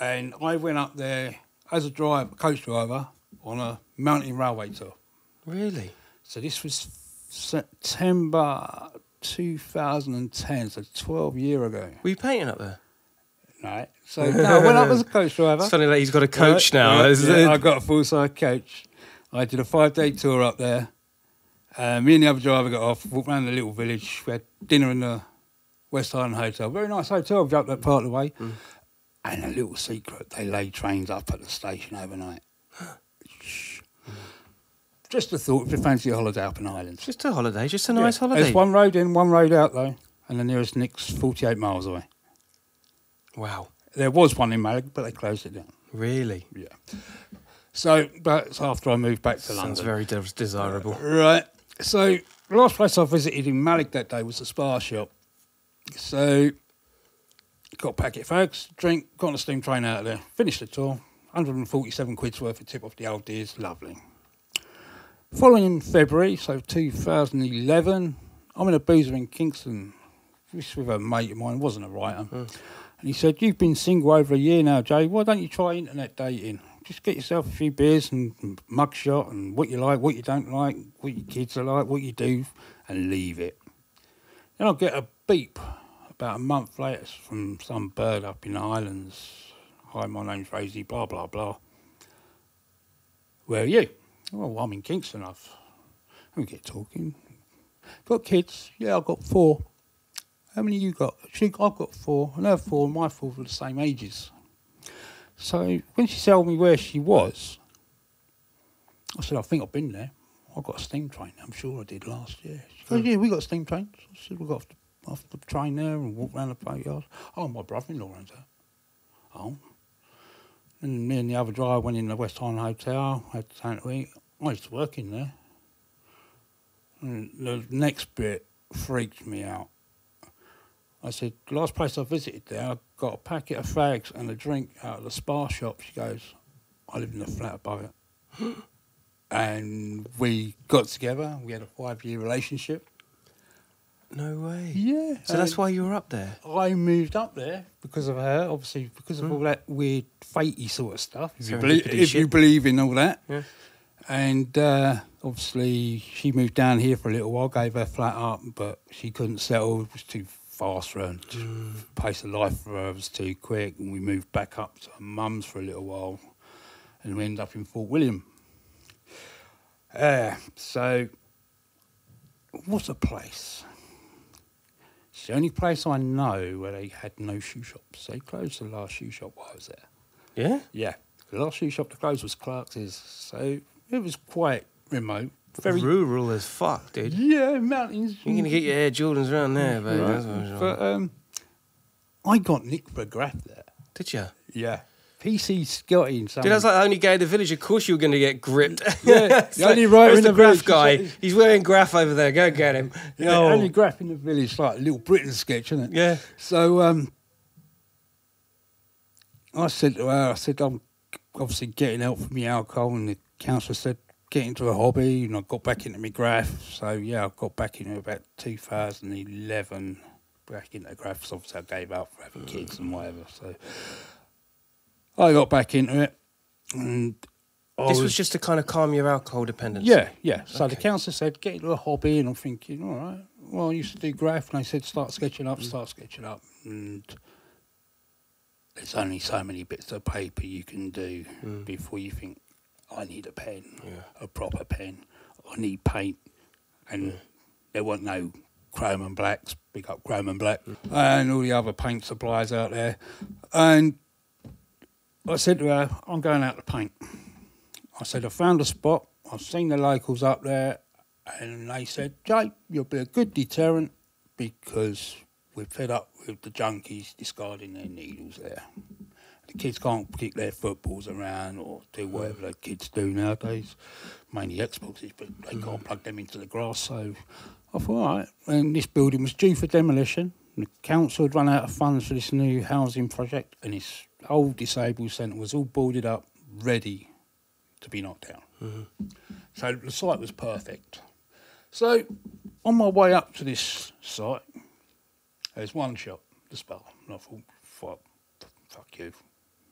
Speaker 1: and I went up there as a driver, coach driver on a mountain railway tour.
Speaker 3: Really?
Speaker 1: So this was September 2010, so 12 year ago.
Speaker 3: Were you painting up there?
Speaker 1: Right. So no, I went up as a coach driver.
Speaker 3: It's funny that he's got a coach
Speaker 1: Right,
Speaker 3: now.
Speaker 1: right,
Speaker 3: is
Speaker 1: yeah,
Speaker 3: it?
Speaker 1: I got a full size coach. I did a five day tour up there. Uh, me and the other driver got off, walked round the little village. We had dinner in the West Island Hotel. Very nice hotel, we up that part of the way.
Speaker 3: Mm.
Speaker 1: And a little secret they lay trains up at the station overnight. Shh. Just a thought if you fancy a holiday up in the Highlands.
Speaker 3: Just a holiday, just a nice
Speaker 1: Yeah.
Speaker 3: holiday.
Speaker 1: There's one road in, one road out though, and the nearest Nick's 48 miles away.
Speaker 3: Wow.
Speaker 1: There was one in Malaga, but they closed it down.
Speaker 3: Really?
Speaker 1: Yeah. So, but it's after I moved back to
Speaker 3: Sounds
Speaker 1: London.
Speaker 3: very de- desirable.
Speaker 1: Right. So the last place I visited in Malik that day was the spa shop. So got a packet of eggs, drink, got on a steam train out of there, finished the tour, 147 quid's worth of tip off the old dears, lovely. Following February, so 2011, I'm in a boozer in Kingston. This was with a mate of mine, wasn't a writer. And he said, You've been single over a year now, Jay. Why don't you try internet dating? Just get yourself a few beers and mugshot and what you like, what you don't like, what your kids are like, what you do, and leave it. Then I'll get a beep about a month later from some bird up in the islands. Hi, my name's Rosie, blah, blah, blah. Where are you? Well, I'm in Kingston. I've. We get talking. Got kids? Yeah, I've got four. How many you got? She, I've got four, and her four, and my four were the same ages. So when she told me where she was, I said, I think I've been there. I got a steam train. I'm sure I did last year. She goes, Yeah, we got steam trains. I said, We got off the, off the train there and walked round the boat yard. Oh, my brother in law owns that. Oh. And me and the other driver went in the West Island Hotel, had something to eat. I used to work in there. And the next bit freaked me out. I said, last place I visited there, I got a packet of fags and a drink out of the spa shop. She goes, I live in a flat above it. and we got together. We had a five year relationship.
Speaker 3: No way.
Speaker 1: Yeah.
Speaker 3: So that's why you were up there.
Speaker 1: I moved up there because of her, obviously, because of all that weird fatey sort of stuff. Hmm. If, you
Speaker 3: Serendipity
Speaker 1: believe, if you
Speaker 3: shit.
Speaker 1: believe in all that.
Speaker 3: Yeah.
Speaker 1: And uh, obviously, she moved down here for a little while, gave her flat up, but she couldn't settle. It was too fast for her. and just Pace of life for her was too quick. And we moved back up to her mum's for a little while. And we ended up in Fort William. Uh, so, what a place. It's the only place I know where they had no shoe shops. They closed the last shoe shop while I was there.
Speaker 3: Yeah?
Speaker 1: Yeah. The last shoe shop to close was Clarks's. So it was quite remote. Very.
Speaker 3: rural as fuck, dude.
Speaker 1: Yeah, mountains.
Speaker 3: You're going to get your Air Jordans around there, babe. That's what I'm saying.
Speaker 1: But um, I got Nick McGrath there.
Speaker 3: Did you?
Speaker 1: Yeah. PC Scotty and something.
Speaker 3: Dude, that's like the only guy in the village. Of course you were going to get gripped.
Speaker 1: Yeah,
Speaker 3: It's
Speaker 1: the only
Speaker 3: like,
Speaker 1: writer
Speaker 3: where's
Speaker 1: in
Speaker 3: the
Speaker 1: the
Speaker 3: graph
Speaker 1: village?
Speaker 3: guy. He's wearing graph over there. Go get him.
Speaker 1: Yeah,
Speaker 3: Yo.
Speaker 1: only graph in the village, like a little Britain sketch, isn't it?
Speaker 3: Yeah.
Speaker 1: So um, I said to her, I said, I'm obviously getting help from my alcohol, and the counsellor said, get into a hobby, and I got back into my graph. So yeah, I got back into about 2011, back into graphs. Obviously, I gave up for having kids and whatever. So I got back into it, and I
Speaker 3: This was just to kind of calm your alcohol dependence.
Speaker 1: Oh, yeah, yeah. So the
Speaker 3: Okay.
Speaker 1: council said, get into a hobby, and I'm thinking, all right. Well, I used to do graph, and they said, start sketching up, start sketching up, and there's only so many bits of paper you can do before you think, I need a pen, a proper pen. I need paint, and there weren't no chrome and blacks. Big up chrome and black, and all the other paint suppliers out there. And I said to her, I'm going out to paint. I said, I found a spot. I've seen the locals up there. And they said, Jay, you'll be a good deterrent because we're fed up with the junkies discarding their needles there. The kids can't kick their footballs around or do whatever the kids do nowadays, mainly Xboxes, but they can't plug them into the grass. So I thought, all right. And this building was due for demolition. And the council had run out of funds for this new housing project, and this old disabled centre was all boarded up, ready to be knocked down. So the site was perfect. So on my way up to this site, there's one shot, the spell. And I thought, fuck, fuck you.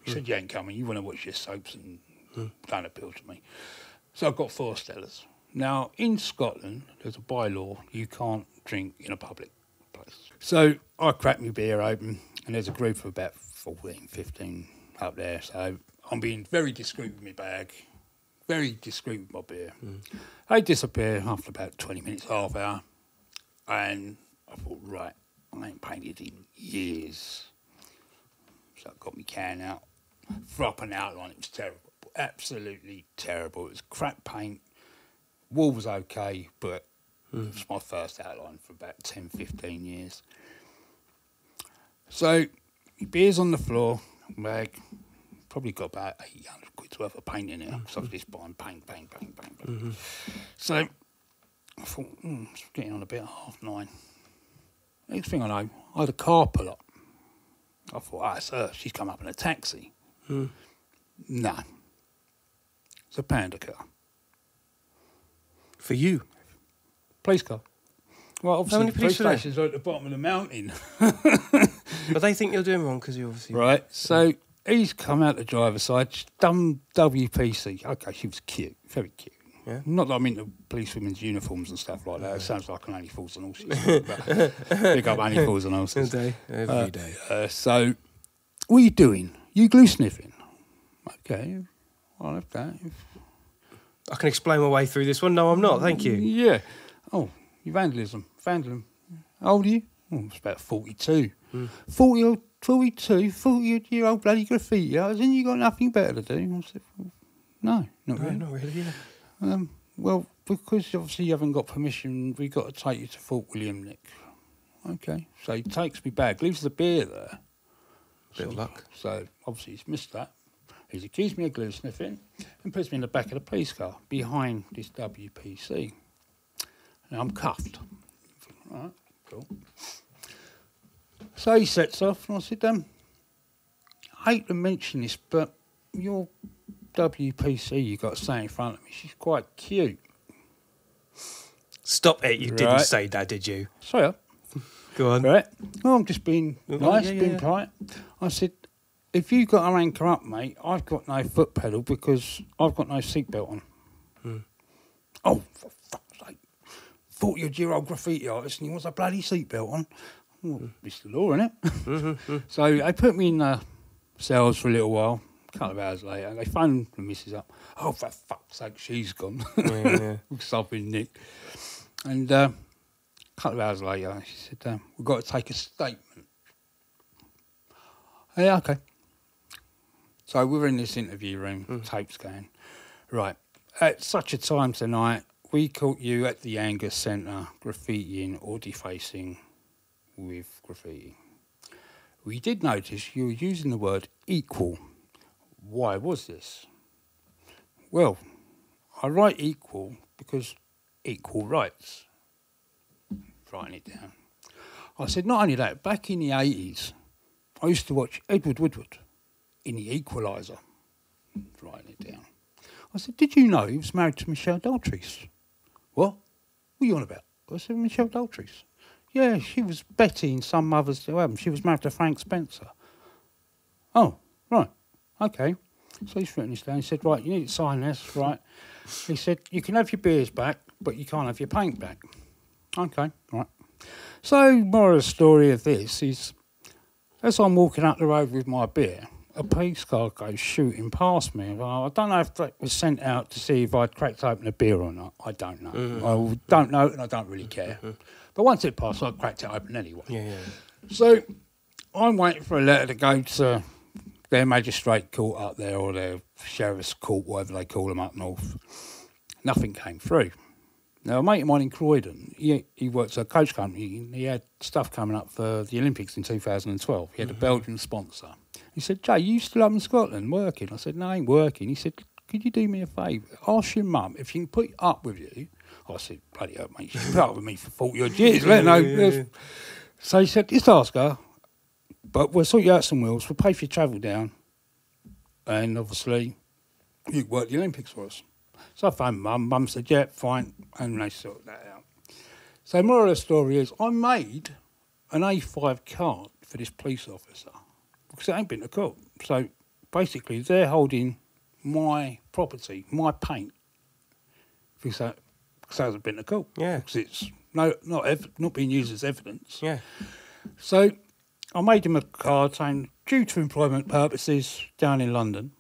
Speaker 1: He said, you ain't coming. You want to watch your soaps and don't appeal to me. So I've got four Stellas. Now, in Scotland, there's a bylaw you can't drink in a public place. So I cracked my beer open, and there's a group of about 14, 15 up there. So I'm being very discreet with my bag, very discreet with my beer. They disappear after about 20 minutes, half hour. And I thought, right, I ain't painted in years. So I got my can out, threw up an outline. It was terrible, absolutely terrible. It was crap paint. Wall was okay, but it was my first outline for about 10, 15 years. So, my beer's on the floor, bag. Probably got about 800 quid's worth of paint in it. So I was just buying paint, paint, paint, paint, paint. So I thought, hmm, it's getting on a bit half nine. Next thing I know, I had a car pull up. I thought, ah, it's her. She's come up in a taxi. Hmm. No. It's a panda car.
Speaker 3: For you.
Speaker 1: Police car. Well, obviously,
Speaker 3: many
Speaker 1: the police
Speaker 3: police are there?
Speaker 1: stations are at the bottom of the mountain.
Speaker 3: But they think you're doing wrong because you obviously.
Speaker 1: Right. So he's come out the driver's side, she's done WPC. Okay, she was cute, very cute.
Speaker 3: Yeah.
Speaker 1: Not that I'm into police women's uniforms and stuff like that. It sounds like an Annie Fools and Horses. but Big up Annie Fools and
Speaker 3: Every
Speaker 1: Horses.
Speaker 3: day. Every day.
Speaker 1: Uh, so, what are you doing? You glue sniffing. Okay, I'll have that.
Speaker 3: I can explain my way through this one. No, I'm not. Thank you.
Speaker 1: Yeah. Oh, you vandalism. Vandalism. How old are you? Oh, it's about 42. 40 old, 42, 40 year old bloody graffiti artist, and you got nothing better to do? I said, well, no, not
Speaker 3: No,
Speaker 1: really.
Speaker 3: not really. Yeah.
Speaker 1: Um, well, because obviously you haven't got permission, we've got to take you to Fort William Nick. Okay. So he takes me back, leaves the beer there.
Speaker 3: Bit of luck.
Speaker 1: So obviously he's missed that. He's accused me of glue sniffing and puts me in the back of the police car behind this WPC. And I'm cuffed. All right, cool. So he sets off and I said, um, I hate to mention this, but your WPC you got sat in front of me, she's quite cute.
Speaker 3: Stop it. You didn't
Speaker 1: Right.
Speaker 3: say that, did you?
Speaker 1: Sorry,
Speaker 3: Go on.
Speaker 1: right? Well, I'm just being
Speaker 3: Yeah,
Speaker 1: nice,
Speaker 3: yeah,
Speaker 1: being
Speaker 3: yeah.
Speaker 1: polite. I said, if you got her anchor up, mate, I've got no foot pedal because I've got no seatbelt on.
Speaker 3: Hmm.
Speaker 1: Oh, for fuck's sake. 40 year old graffiti artist and he wants a bloody seatbelt on. Well,
Speaker 3: Hmm.
Speaker 1: it's the law, innit?
Speaker 3: Mm-hmm,
Speaker 1: so they put me in the cells for a little while. A couple of hours later, they phoned the missus up. Oh, for fuck's sake, she's gone.
Speaker 3: yeah.
Speaker 1: Because I've been nicked. And uh, a couple of hours later, she said, um, We've got to take a statement. Yeah, okay. So we were in this interview room, tapes going. Right, at such a time tonight, we caught you at the Angus Centre graffitiing or defacing with graffiti. We did notice you were using the word equal. Why was this? Well, I write equal because equal rights. Writing it down. I said, not only that, back in the 80s, I used to watch Edward Woodward in The Equaliser. Writing it down. I said, did you know he was married to Michelle Daltry's? What? What are you on about? I said, Michelle Daltry's. Yeah, she was Betty in Some Mother's Album. She was married to Frank Spencer. Oh, right. Okay. So he's written this down. He said, Right, you need to sign this, right? He said, You can have your beers back, but you can't have your paint back. Okay, right. So, more of the story of this is as I'm walking up the road with my beer, a police car goes shooting past me. Well, I don't know if that was sent out to see if I'd cracked open a beer or not. I don't know. I don't know, and I don't really care. But once it passed, I cracked it open anyway.
Speaker 3: Yeah, yeah.
Speaker 1: So I'm waiting for a letter to go to their magistrate court up there or their sheriff's court, whatever they call them up north. Nothing came through. Now, a mate of mine in Croydon, he, he works at a coach company. and He had stuff coming up for the Olympics in 2012. He had a Belgian sponsor. He said, Jay, you still up in Scotland working? I said, no, I ain't working. He said, could you do me a favour? Ask your mum if she can put up with you. I said, bloody hell, mate, she's put up with me for 40 odd years. Let her know. So he said, just ask her, but we'll sort you out some wheels. We'll pay for your travel down. And obviously, you work the Olympics for us. So I phoned mum. Mum said, yeah, fine. And they sorted that out. So moral of the story is I made an A5 card for this police officer because it ain't been to court. So basically, they're holding my property, my paint, because that, because that hasn't been to court.
Speaker 3: Yeah.
Speaker 1: Because it's no, not, ev- not being used as evidence.
Speaker 3: Yeah.
Speaker 1: So I made him a card saying, due to employment purposes down in London,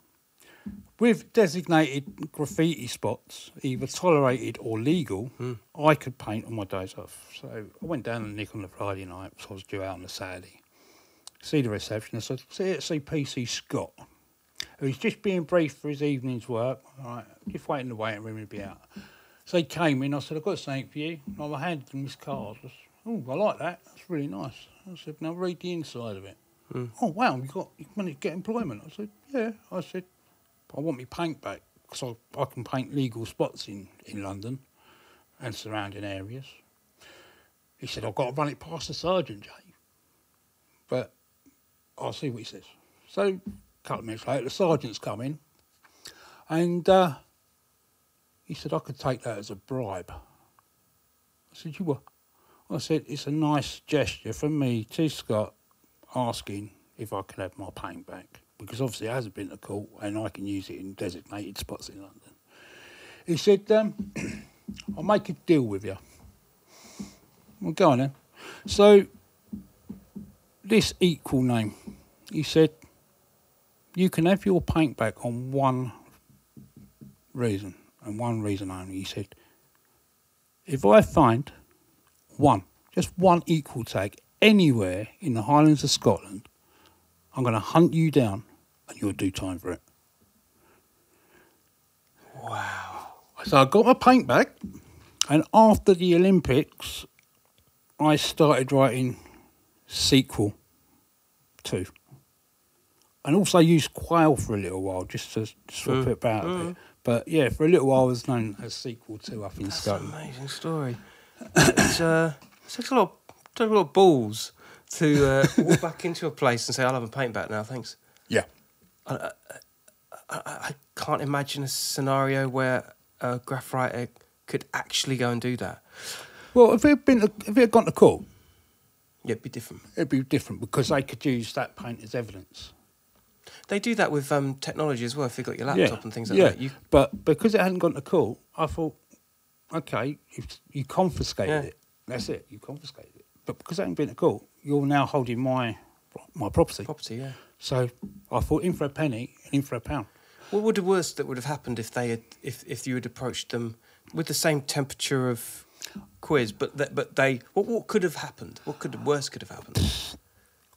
Speaker 1: with designated graffiti spots, either tolerated or legal, I could paint on my days off. So I went down to Nick on the Friday night, so I was due out on the Saturday. See the receptionist, I said, see, it's see PC Scott, who's just being briefed for his evening's work. All right, just wait in the waiting room, he'll be out. So he came in, I said, I've got something for you. And I handed him his card. I said, oh, I like that. That's really nice. I said, now read the inside of it. Oh, wow, you got you managed to get employment. I said, yeah. I said, I want my paint back because I, I can paint legal spots in, in London and surrounding areas. He said, I've got to run it past the sergeant, Jay. But I'll see what he says. So a couple of minutes later, the sergeant's come in and uh, he said, I could take that as a bribe. I said, You what? I said, It's a nice gesture from me to Scott asking if I can have my paint back because obviously it hasn't been to court and I can use it in designated spots in London. He said, um, I'll make a deal with you. Well, go on then. So, this equal name, he said, you can have your paint back on one reason, and one reason only. He said, if I find one, just one equal tag anywhere in the Highlands of Scotland, I'm going to hunt you down and you'll do time for it. Wow. So I got my paint back, and after the Olympics, I started writing sequel two. And also used quail for a little while just to swap it about a bit. But yeah, for a little while, it was known as sequel two up in Scotland.
Speaker 3: Amazing story. It's, uh, it takes a lot, of, takes a lot of balls to uh, walk back into a place and say, "I'll have a paint back now, thanks."
Speaker 1: Yeah.
Speaker 3: I, I I can't imagine a scenario where a graph writer could actually go and do that.
Speaker 1: Well, if it had been, if it had gone to court,
Speaker 3: Yeah, it'd be different.
Speaker 1: it'd be different because they could use that paint as evidence.
Speaker 3: They do that with um, technology as well. If you've got your laptop and things like
Speaker 1: yeah.
Speaker 3: that, you
Speaker 1: But because it hadn't gone to court, I thought, okay, you, you confiscated
Speaker 3: Yeah.
Speaker 1: it. That's it. You confiscated it. But because it hadn't been to court, you're now holding my my property.
Speaker 3: property. Yeah.
Speaker 1: So I thought, in for a penny, and in for a pound.
Speaker 3: What would the worst that would have happened if they had, if if you had approached them with the same temperature of quiz, but th- but they what what could have happened? What could the worst could have happened?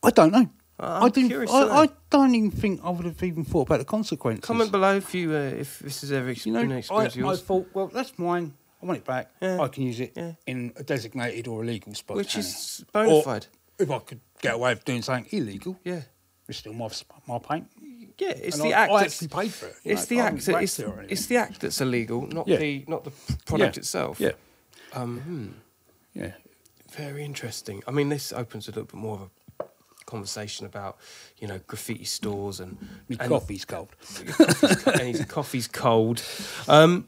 Speaker 1: I don't know.
Speaker 3: I'm
Speaker 1: I didn't.
Speaker 3: curious to know.
Speaker 1: I, I don't even think I would have even thought about the consequences.
Speaker 3: Comment below if you uh, if this is ever ex-
Speaker 1: You know,
Speaker 3: been an
Speaker 1: I,
Speaker 3: experience of
Speaker 1: I
Speaker 3: yours.
Speaker 1: thought, well, that's mine. I want it back.
Speaker 3: Yeah.
Speaker 1: I can use it
Speaker 3: Yeah.
Speaker 1: in a designated or illegal spot.
Speaker 3: Which
Speaker 1: can
Speaker 3: is
Speaker 1: I?
Speaker 3: bona
Speaker 1: Or
Speaker 3: fide.
Speaker 1: if I could get away with doing something illegal,
Speaker 3: yeah,
Speaker 1: it's still my, my paint.
Speaker 3: yeah. It's
Speaker 1: And
Speaker 3: the
Speaker 1: I-
Speaker 3: act.
Speaker 1: I
Speaker 3: that's-
Speaker 1: actually paid for it, you
Speaker 3: It's
Speaker 1: know,
Speaker 3: the
Speaker 1: I
Speaker 3: act.
Speaker 1: haven't
Speaker 3: that-
Speaker 1: whacked
Speaker 3: It's,
Speaker 1: it or anything.
Speaker 3: it's the act that's illegal, not
Speaker 1: Yeah.
Speaker 3: the not the product
Speaker 1: Yeah.
Speaker 3: itself.
Speaker 1: Yeah.
Speaker 3: Um, hmm.
Speaker 1: Yeah.
Speaker 3: Very interesting. I mean, this opens a little bit more of a conversation about, you know, graffiti stores and,
Speaker 1: My
Speaker 3: and
Speaker 1: coffee's cold.
Speaker 3: and his coffee's cold. Um,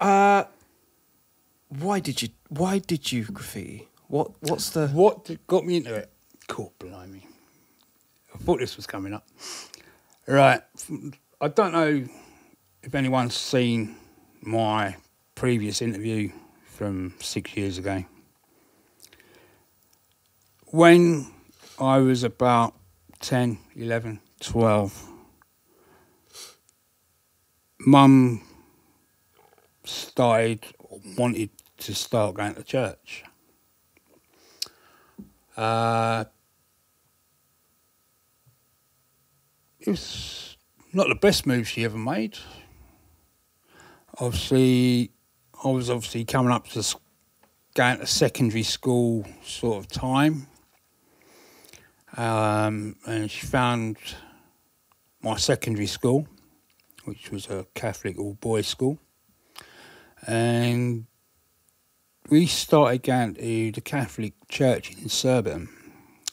Speaker 3: uh, why did you? Why did you graffiti? What? What's the?
Speaker 1: What d- got me into it? Court, blimey. I thought this was coming up. Right. I don't know if anyone's seen my previous interview from six years ago. When I was about 10, 11, 12, mum started, wanted to start going to church. Uh, It's not the best move she ever made. Obviously, I was obviously coming up to s- going to secondary school sort of time, um, and she found my secondary school, which was a Catholic all boys school, and we started going to the Catholic church in Surbiton,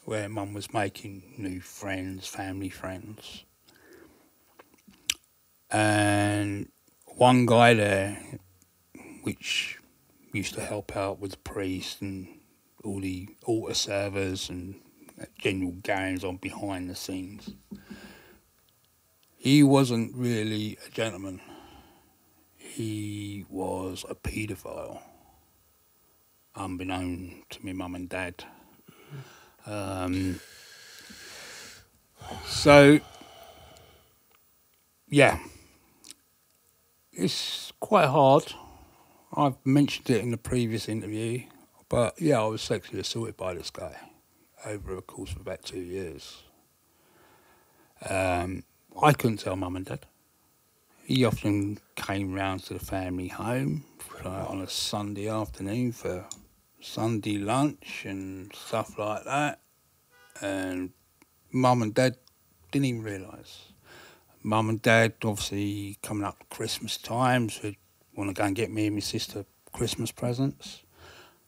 Speaker 1: where Mum was making new friends, family friends. And one guy there, which used to help out with the priest and all the altar servers and general goings on behind the scenes, he wasn't really a gentleman. He was a paedophile unbeknown to my mum and dad. Um, so, yeah, it's quite hard. I've mentioned it in the previous interview, but yeah, I was sexually assaulted by this guy over a course of about two years. Um, I couldn't tell mum and dad. He often came round to the family home uh, on a Sunday afternoon for Sunday lunch and stuff like that. And mum and dad didn't even realise. Mum and dad, obviously, coming up to Christmas times, would want to go and get me and my sister Christmas presents.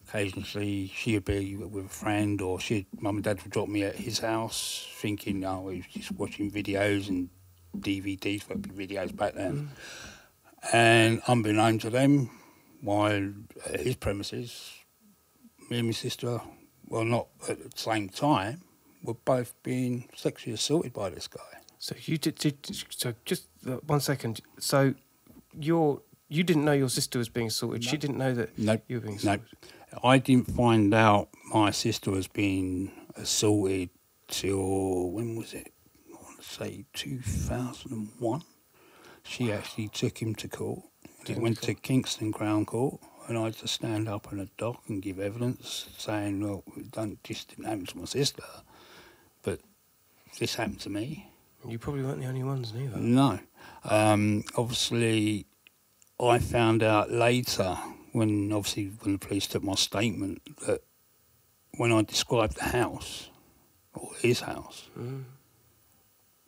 Speaker 1: Occasionally, she'd be with a friend, or she'd mum and dad would drop me at his house, thinking, oh, he was just watching videos and DVDs, would be videos back then. And unbeknown to them, my at his premises, me and my sister, well, not at the same time, were both being sexually assaulted by this guy.
Speaker 3: So you did, did- did- So just uh, one second. So your you didn't know your sister was being assaulted. She didn't know that
Speaker 1: Nope.
Speaker 3: you were being assaulted.
Speaker 1: Nope. I didn't find out my sister was being assaulted till when was it? I want to say 2001. She actually took him to court. It went to Kingston Crown Court, and I had to stand up on a dock and give evidence saying, "Well, it don't this didn't happen to my sister, but this happened to me."
Speaker 3: You probably weren't the only ones, neither.
Speaker 1: No. Um, obviously, I found out later when obviously when the police took my statement that when I described the house or his house,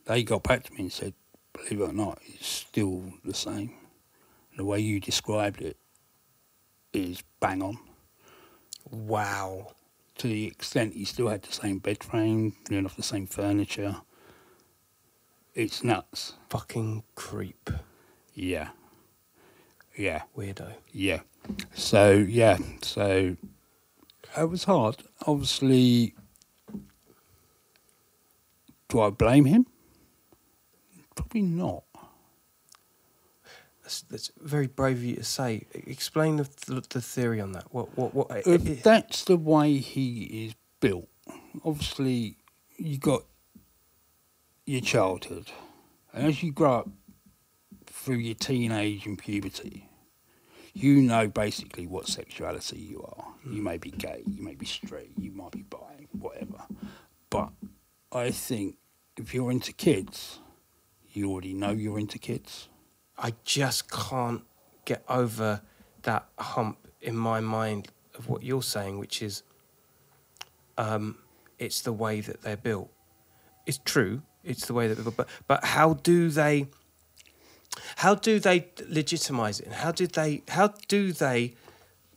Speaker 1: they got back to me and said, "Believe it or not, it's still the same. The way you described it is bang on."
Speaker 3: Wow.
Speaker 1: to the extent he still had the same bed frame, near enough the same furniture. It's nuts.
Speaker 3: Fucking creep.
Speaker 1: Yeah. Yeah,
Speaker 3: Weirdo.
Speaker 1: yeah. So, yeah, so it was hard. Obviously, do I blame him? Probably not.
Speaker 3: That's, that's very brave of you to say. E- Explain the, the, the theory on that. What? What? What?
Speaker 1: if
Speaker 3: eh, eh,
Speaker 1: that's the way he is built, obviously you got your childhood, and as you grow up through your teenage and puberty, you know basically what sexuality you are. You may be gay, you may be straight, you might be bi, whatever. But I think if you're into kids, you already know you're into kids.
Speaker 3: I just can't get over that hump in my mind of what you're saying, which is, um, it's the way that they're built. It's true. It's the way that they're built. But, but how do they? How do they legitimize it? And how did they? How do they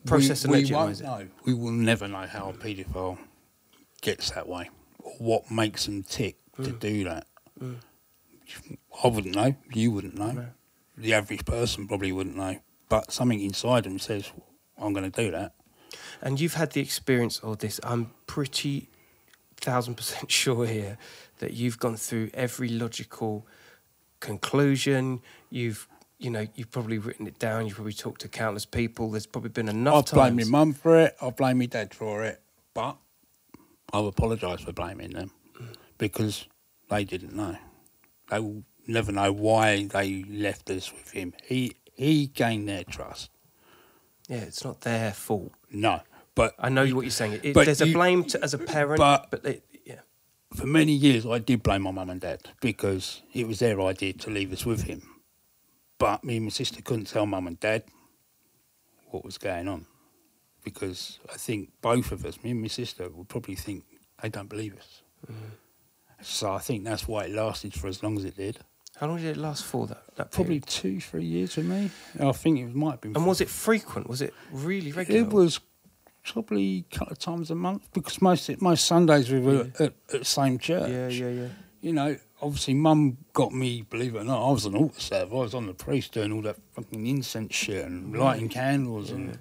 Speaker 3: process
Speaker 1: we
Speaker 3: and legitimize it?
Speaker 1: won't know. We will never know how a paedophile gets that way or what makes them tick to do that. I wouldn't know. You wouldn't know. The average person probably wouldn't know. But something inside them says, I'm going to do that.
Speaker 3: And you've had the experience of this. I'm pretty thousand percent sure here that you've gone through every logical conclusion. You've you know, you've probably written it down, you've probably talked to countless people. There's probably been enough
Speaker 1: I blame
Speaker 3: times.
Speaker 1: my mum for it. I blame my dad for it. But I'll apologise for blaming them because they didn't know. They will never know why they left us with him. He, he gained their trust.
Speaker 3: Yeah, it's not their fault.
Speaker 1: No. But
Speaker 3: I know what you're saying. It,
Speaker 1: But
Speaker 3: there's a
Speaker 1: you-
Speaker 3: blame to, as a parent, but,
Speaker 1: but-
Speaker 3: it, yeah.
Speaker 1: for many years, I did blame my mum and dad because it was their idea to leave us with him. But me and my sister couldn't tell mum and dad what was going on because I think both of us, me and my sister, would probably think they don't believe us.
Speaker 3: Mm.
Speaker 1: So I think that's why it lasted for as long as it did.
Speaker 3: How long did it last for, though? That
Speaker 1: Probably
Speaker 3: period?
Speaker 1: two, three years with me. I think it might have been.
Speaker 3: And was it frequent? Was it really regular?
Speaker 1: It was probably a couple of times a month because most most Sundays we were at, at the same church.
Speaker 3: Yeah, yeah, yeah.
Speaker 1: You know, obviously, Mum got me. Believe it or not, I was an altar server. I was on the priest doing all that fucking incense shit
Speaker 3: Mm.
Speaker 1: and lighting candles, and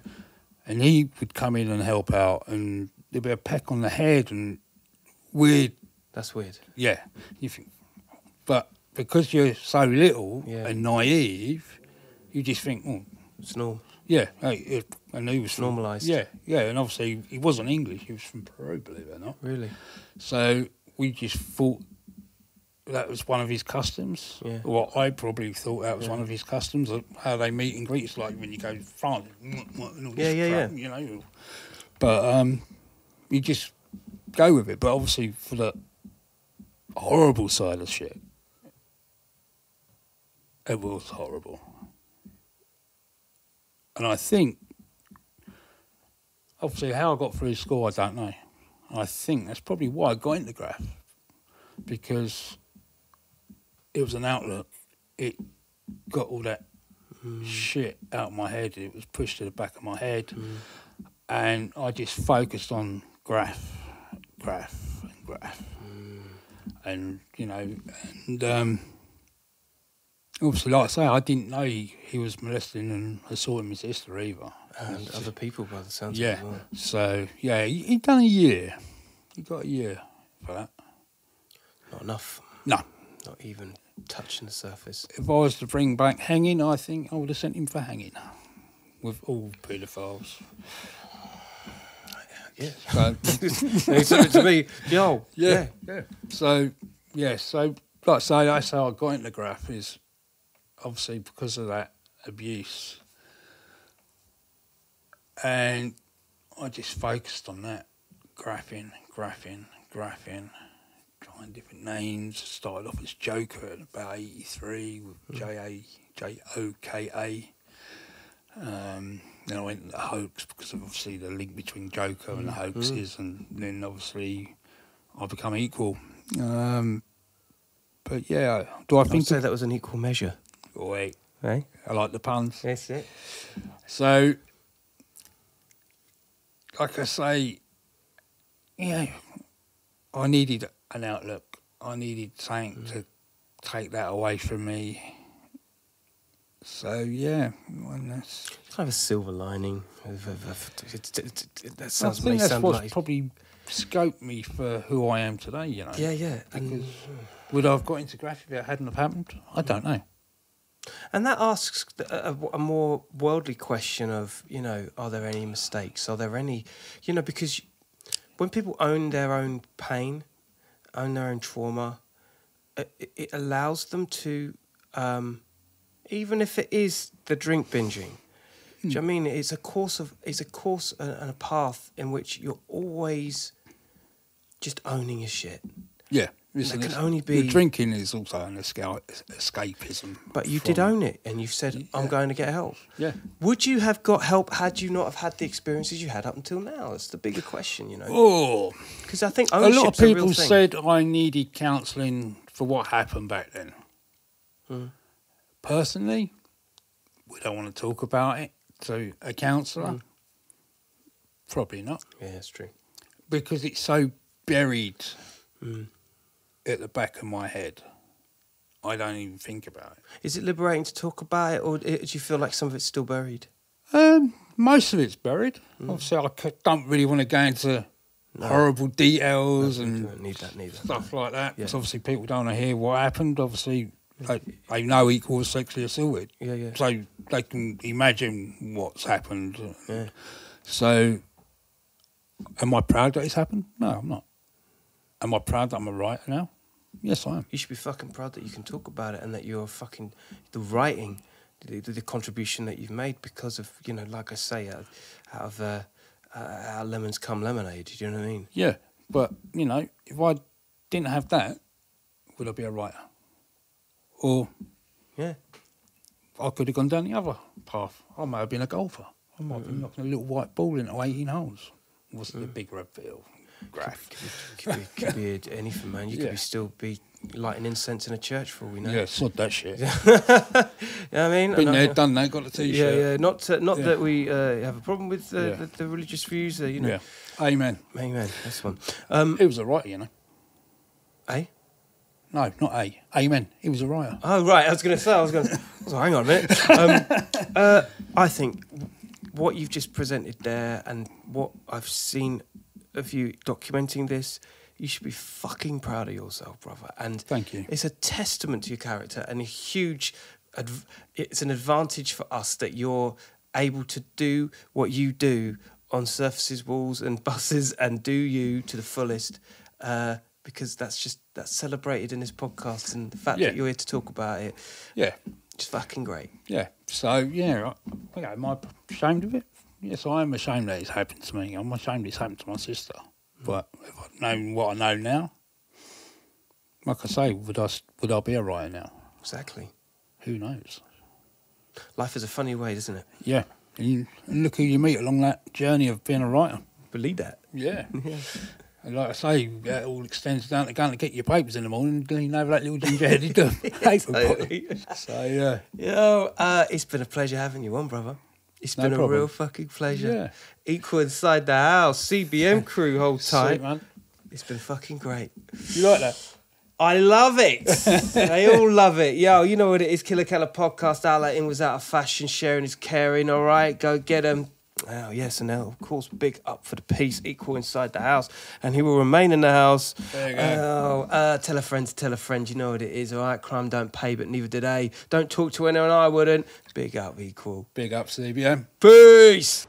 Speaker 1: and he would come in and help out, and there'd be a peck on the head and weird
Speaker 3: That's weird.
Speaker 1: yeah, you think, but because you're so little
Speaker 3: Yeah.
Speaker 1: and naive, you just think, oh,
Speaker 3: It's normal.
Speaker 1: yeah, hey, it, and he was from-
Speaker 3: Normalised.
Speaker 1: Yeah, yeah, and obviously he wasn't English; he was from Peru, believe it or not.
Speaker 3: Really?
Speaker 1: So we just thought that was one of his customs.
Speaker 3: Yeah.
Speaker 1: Well, I probably thought that was one of his customs, of how they meet and greet. It's like when you go to France, and all
Speaker 3: Yeah,
Speaker 1: this
Speaker 3: yeah,
Speaker 1: crap,
Speaker 3: yeah.
Speaker 1: you know. But um, you just go with it. But obviously, for the horrible side of shit, it was horrible. And I think, obviously, how I got through school, I don't know. I think that's probably why I got into graph because it was an outlook. It got all that shit out of my head. It was pushed to the back of my head, and I just focused on graph, graph, and graph, and you know, and um, obviously, like I say, I didn't know he, he was molesting and assaulting my sister either.
Speaker 3: And other people, by the sounds
Speaker 1: Yeah.
Speaker 3: of it. well.
Speaker 1: So yeah, he, he done a year. He got a year for that.
Speaker 3: Not enough.
Speaker 1: No,
Speaker 3: Not even touching the surface.
Speaker 1: if I was to bring back hanging, I think I would have sent him for hanging with all paedophiles.
Speaker 3: Yeah.
Speaker 1: So
Speaker 3: they said it to me, yo, yeah.
Speaker 1: yeah, yeah. So yeah, so like I say, that's how I got into graph is obviously because of that abuse, and I just focused on that graphing, graphing, graphing. Trying different names. Started off as Joker at about '83 with J A J O K A. Um, then I went into hoax because of obviously the link between Joker and the hoaxes, and then obviously I become equal. Um, but yeah, do I
Speaker 3: I would
Speaker 1: think?
Speaker 3: say that was an equal measure.
Speaker 1: Wait,
Speaker 3: Right?
Speaker 1: I like the puns.
Speaker 3: That's it.
Speaker 1: So, like I say, yeah, I needed an outlook. I needed something
Speaker 3: Mm.
Speaker 1: to take that away from me. So yeah, and that's,
Speaker 3: It's kind of a silver lining. of- of- of- it- it- it- That
Speaker 1: I
Speaker 3: sounds may
Speaker 1: think that's
Speaker 3: sound
Speaker 1: what's
Speaker 3: like.
Speaker 1: probably scoped me for who I am today. You know,
Speaker 3: Yeah, yeah.
Speaker 1: Because
Speaker 3: And,
Speaker 1: would I have got into graph if it hadn't have happened? I don't know.
Speaker 3: and that asks a, a- a more worldly question of, you know, are there any mistakes? Are there any, you know, because when people own their own pain, own their own trauma, it, it- it allows them to, um, even if it is the drink binging. Do you know what I mean it's a course of it's a course and and a path in which you're always just owning your shit.
Speaker 1: Yeah,
Speaker 3: That can only
Speaker 1: the
Speaker 3: be-
Speaker 1: drinking is also an esca- escapism.
Speaker 3: But you did
Speaker 1: from-
Speaker 3: own it, and you've said, "I'm going to get help."
Speaker 1: Yeah.
Speaker 3: Would you have got help had you not have had the experiences you had up until now? That's the bigger question, you know.
Speaker 1: Oh.
Speaker 3: Because I think
Speaker 1: a lot of
Speaker 3: ownership's a real
Speaker 1: people
Speaker 3: thing.
Speaker 1: said I needed counselling for what happened back then.
Speaker 3: Hmm.
Speaker 1: Personally, we don't want to talk about it to a counsellor.
Speaker 3: Hmm.
Speaker 1: Probably not
Speaker 3: "Yeah, it's true."
Speaker 1: because it's so buried
Speaker 3: Hmm.
Speaker 1: at the back of my head. I don't even think about it.
Speaker 3: Is it liberating to talk about it, or i- do you feel like some of it's still buried?
Speaker 1: Um, most of it's buried.
Speaker 3: Hmm.
Speaker 1: Obviously, I c- don't really want to go into horrible details
Speaker 3: You
Speaker 1: and
Speaker 3: don't need that neither.
Speaker 1: stuff like that. Because
Speaker 3: Yeah.
Speaker 1: obviously people don't want to hear what happened. Obviously, they, they know he was sexually assaulted.
Speaker 3: Yeah, yeah.
Speaker 1: So they can imagine what's happened.
Speaker 3: Yeah.
Speaker 1: So, am I proud that it's happened? No, I'm not. Am I proud that I'm a writer now? Yes, I am.
Speaker 3: You should be fucking proud that you can talk about it and that you're fucking the writing, the, the, the contribution that you've made because of you know, like I say, out, out of uh, uh, how lemons come lemonade. Do you know what I mean?
Speaker 1: Yeah, but you know, if I didn't have that, would I be a writer? Or
Speaker 3: Yeah.
Speaker 1: I could have gone down the other path. I may have been a golfer. I might
Speaker 3: Mm.
Speaker 1: have been knocking a little white ball into 18 holes. Wasn't the big red field. Graph.
Speaker 3: Could be, could be a- anything, man. You could
Speaker 1: Yeah.
Speaker 3: be still be lighting incense in a church for all we know.
Speaker 1: Yeah, sod that shit.
Speaker 3: You know what I mean?
Speaker 1: Been
Speaker 3: And I-
Speaker 1: there, done that, got the t
Speaker 3: Yeah,
Speaker 1: shirt.
Speaker 3: yeah. Not uh, not
Speaker 1: Yeah.
Speaker 3: that we uh, have a problem with uh,
Speaker 1: Yeah.
Speaker 3: the, the religious views. Uh, you know,
Speaker 1: Amen.
Speaker 3: amen. That's one. Um,
Speaker 1: He was a writer, you know.
Speaker 3: eh?
Speaker 1: No, not A. Amen. He was a writer.
Speaker 3: Oh right, I was going to say. I was going. to Hang on a minute. Um, uh, I think what you've just presented there and what I've seen of you documenting this, you should be fucking proud of yourself, brother. And
Speaker 1: Thank you.
Speaker 3: It's a testament to your character and a huge. Adv- it's an advantage for us that you're able to do what you do on surfaces, walls, and buses, and do you to the fullest. Uh, because that's just that's celebrated in this podcast, and the fact
Speaker 1: Yeah.
Speaker 3: that you're here to talk about it,
Speaker 1: Yeah,
Speaker 3: it's fucking great.
Speaker 1: yeah. So, yeah, I, okay, am I ashamed of it? Yes, I am ashamed that it's happened to me. I'm ashamed it's happened to my sister.
Speaker 3: Mm.
Speaker 1: But if I'd known what I know now, like I say, would I, s- would I be a writer now?
Speaker 3: Exactly.
Speaker 1: Who knows?
Speaker 3: Life is a funny way, isn't it?
Speaker 1: Yeah. And, you, and look who you meet along that journey of being a writer.
Speaker 3: Believe that.
Speaker 1: Yeah. And like I say, that all extends down to going to get your papers in the morning and lean over that little ginger-headed um, paper boy. So, yeah.
Speaker 3: Yo, uh, it's been a pleasure having you on, brother. It's
Speaker 1: No
Speaker 3: been a
Speaker 1: problem.
Speaker 3: real fucking pleasure.
Speaker 1: Yeah.
Speaker 3: Equal inside the house, CBM crew, hold tight.
Speaker 1: Sweet, man.
Speaker 3: It's been fucking great.
Speaker 1: You like that?
Speaker 3: I love it. they all love it. Yo, you know what it is. Killer Keller podcast. Outlet in was out of fashion. Sharing is caring. All right, go get them. Oh, yes, and now, of course, big up for the peace, equal inside the house, and he will remain in the house.
Speaker 1: There you go.
Speaker 3: Oh, uh, tell a friend to tell a friend, you know what it is, all right? Crime don't pay, but neither do they. Don't talk to anyone, I wouldn't. Big up, equal.
Speaker 1: Big up, CBM.
Speaker 3: Peace!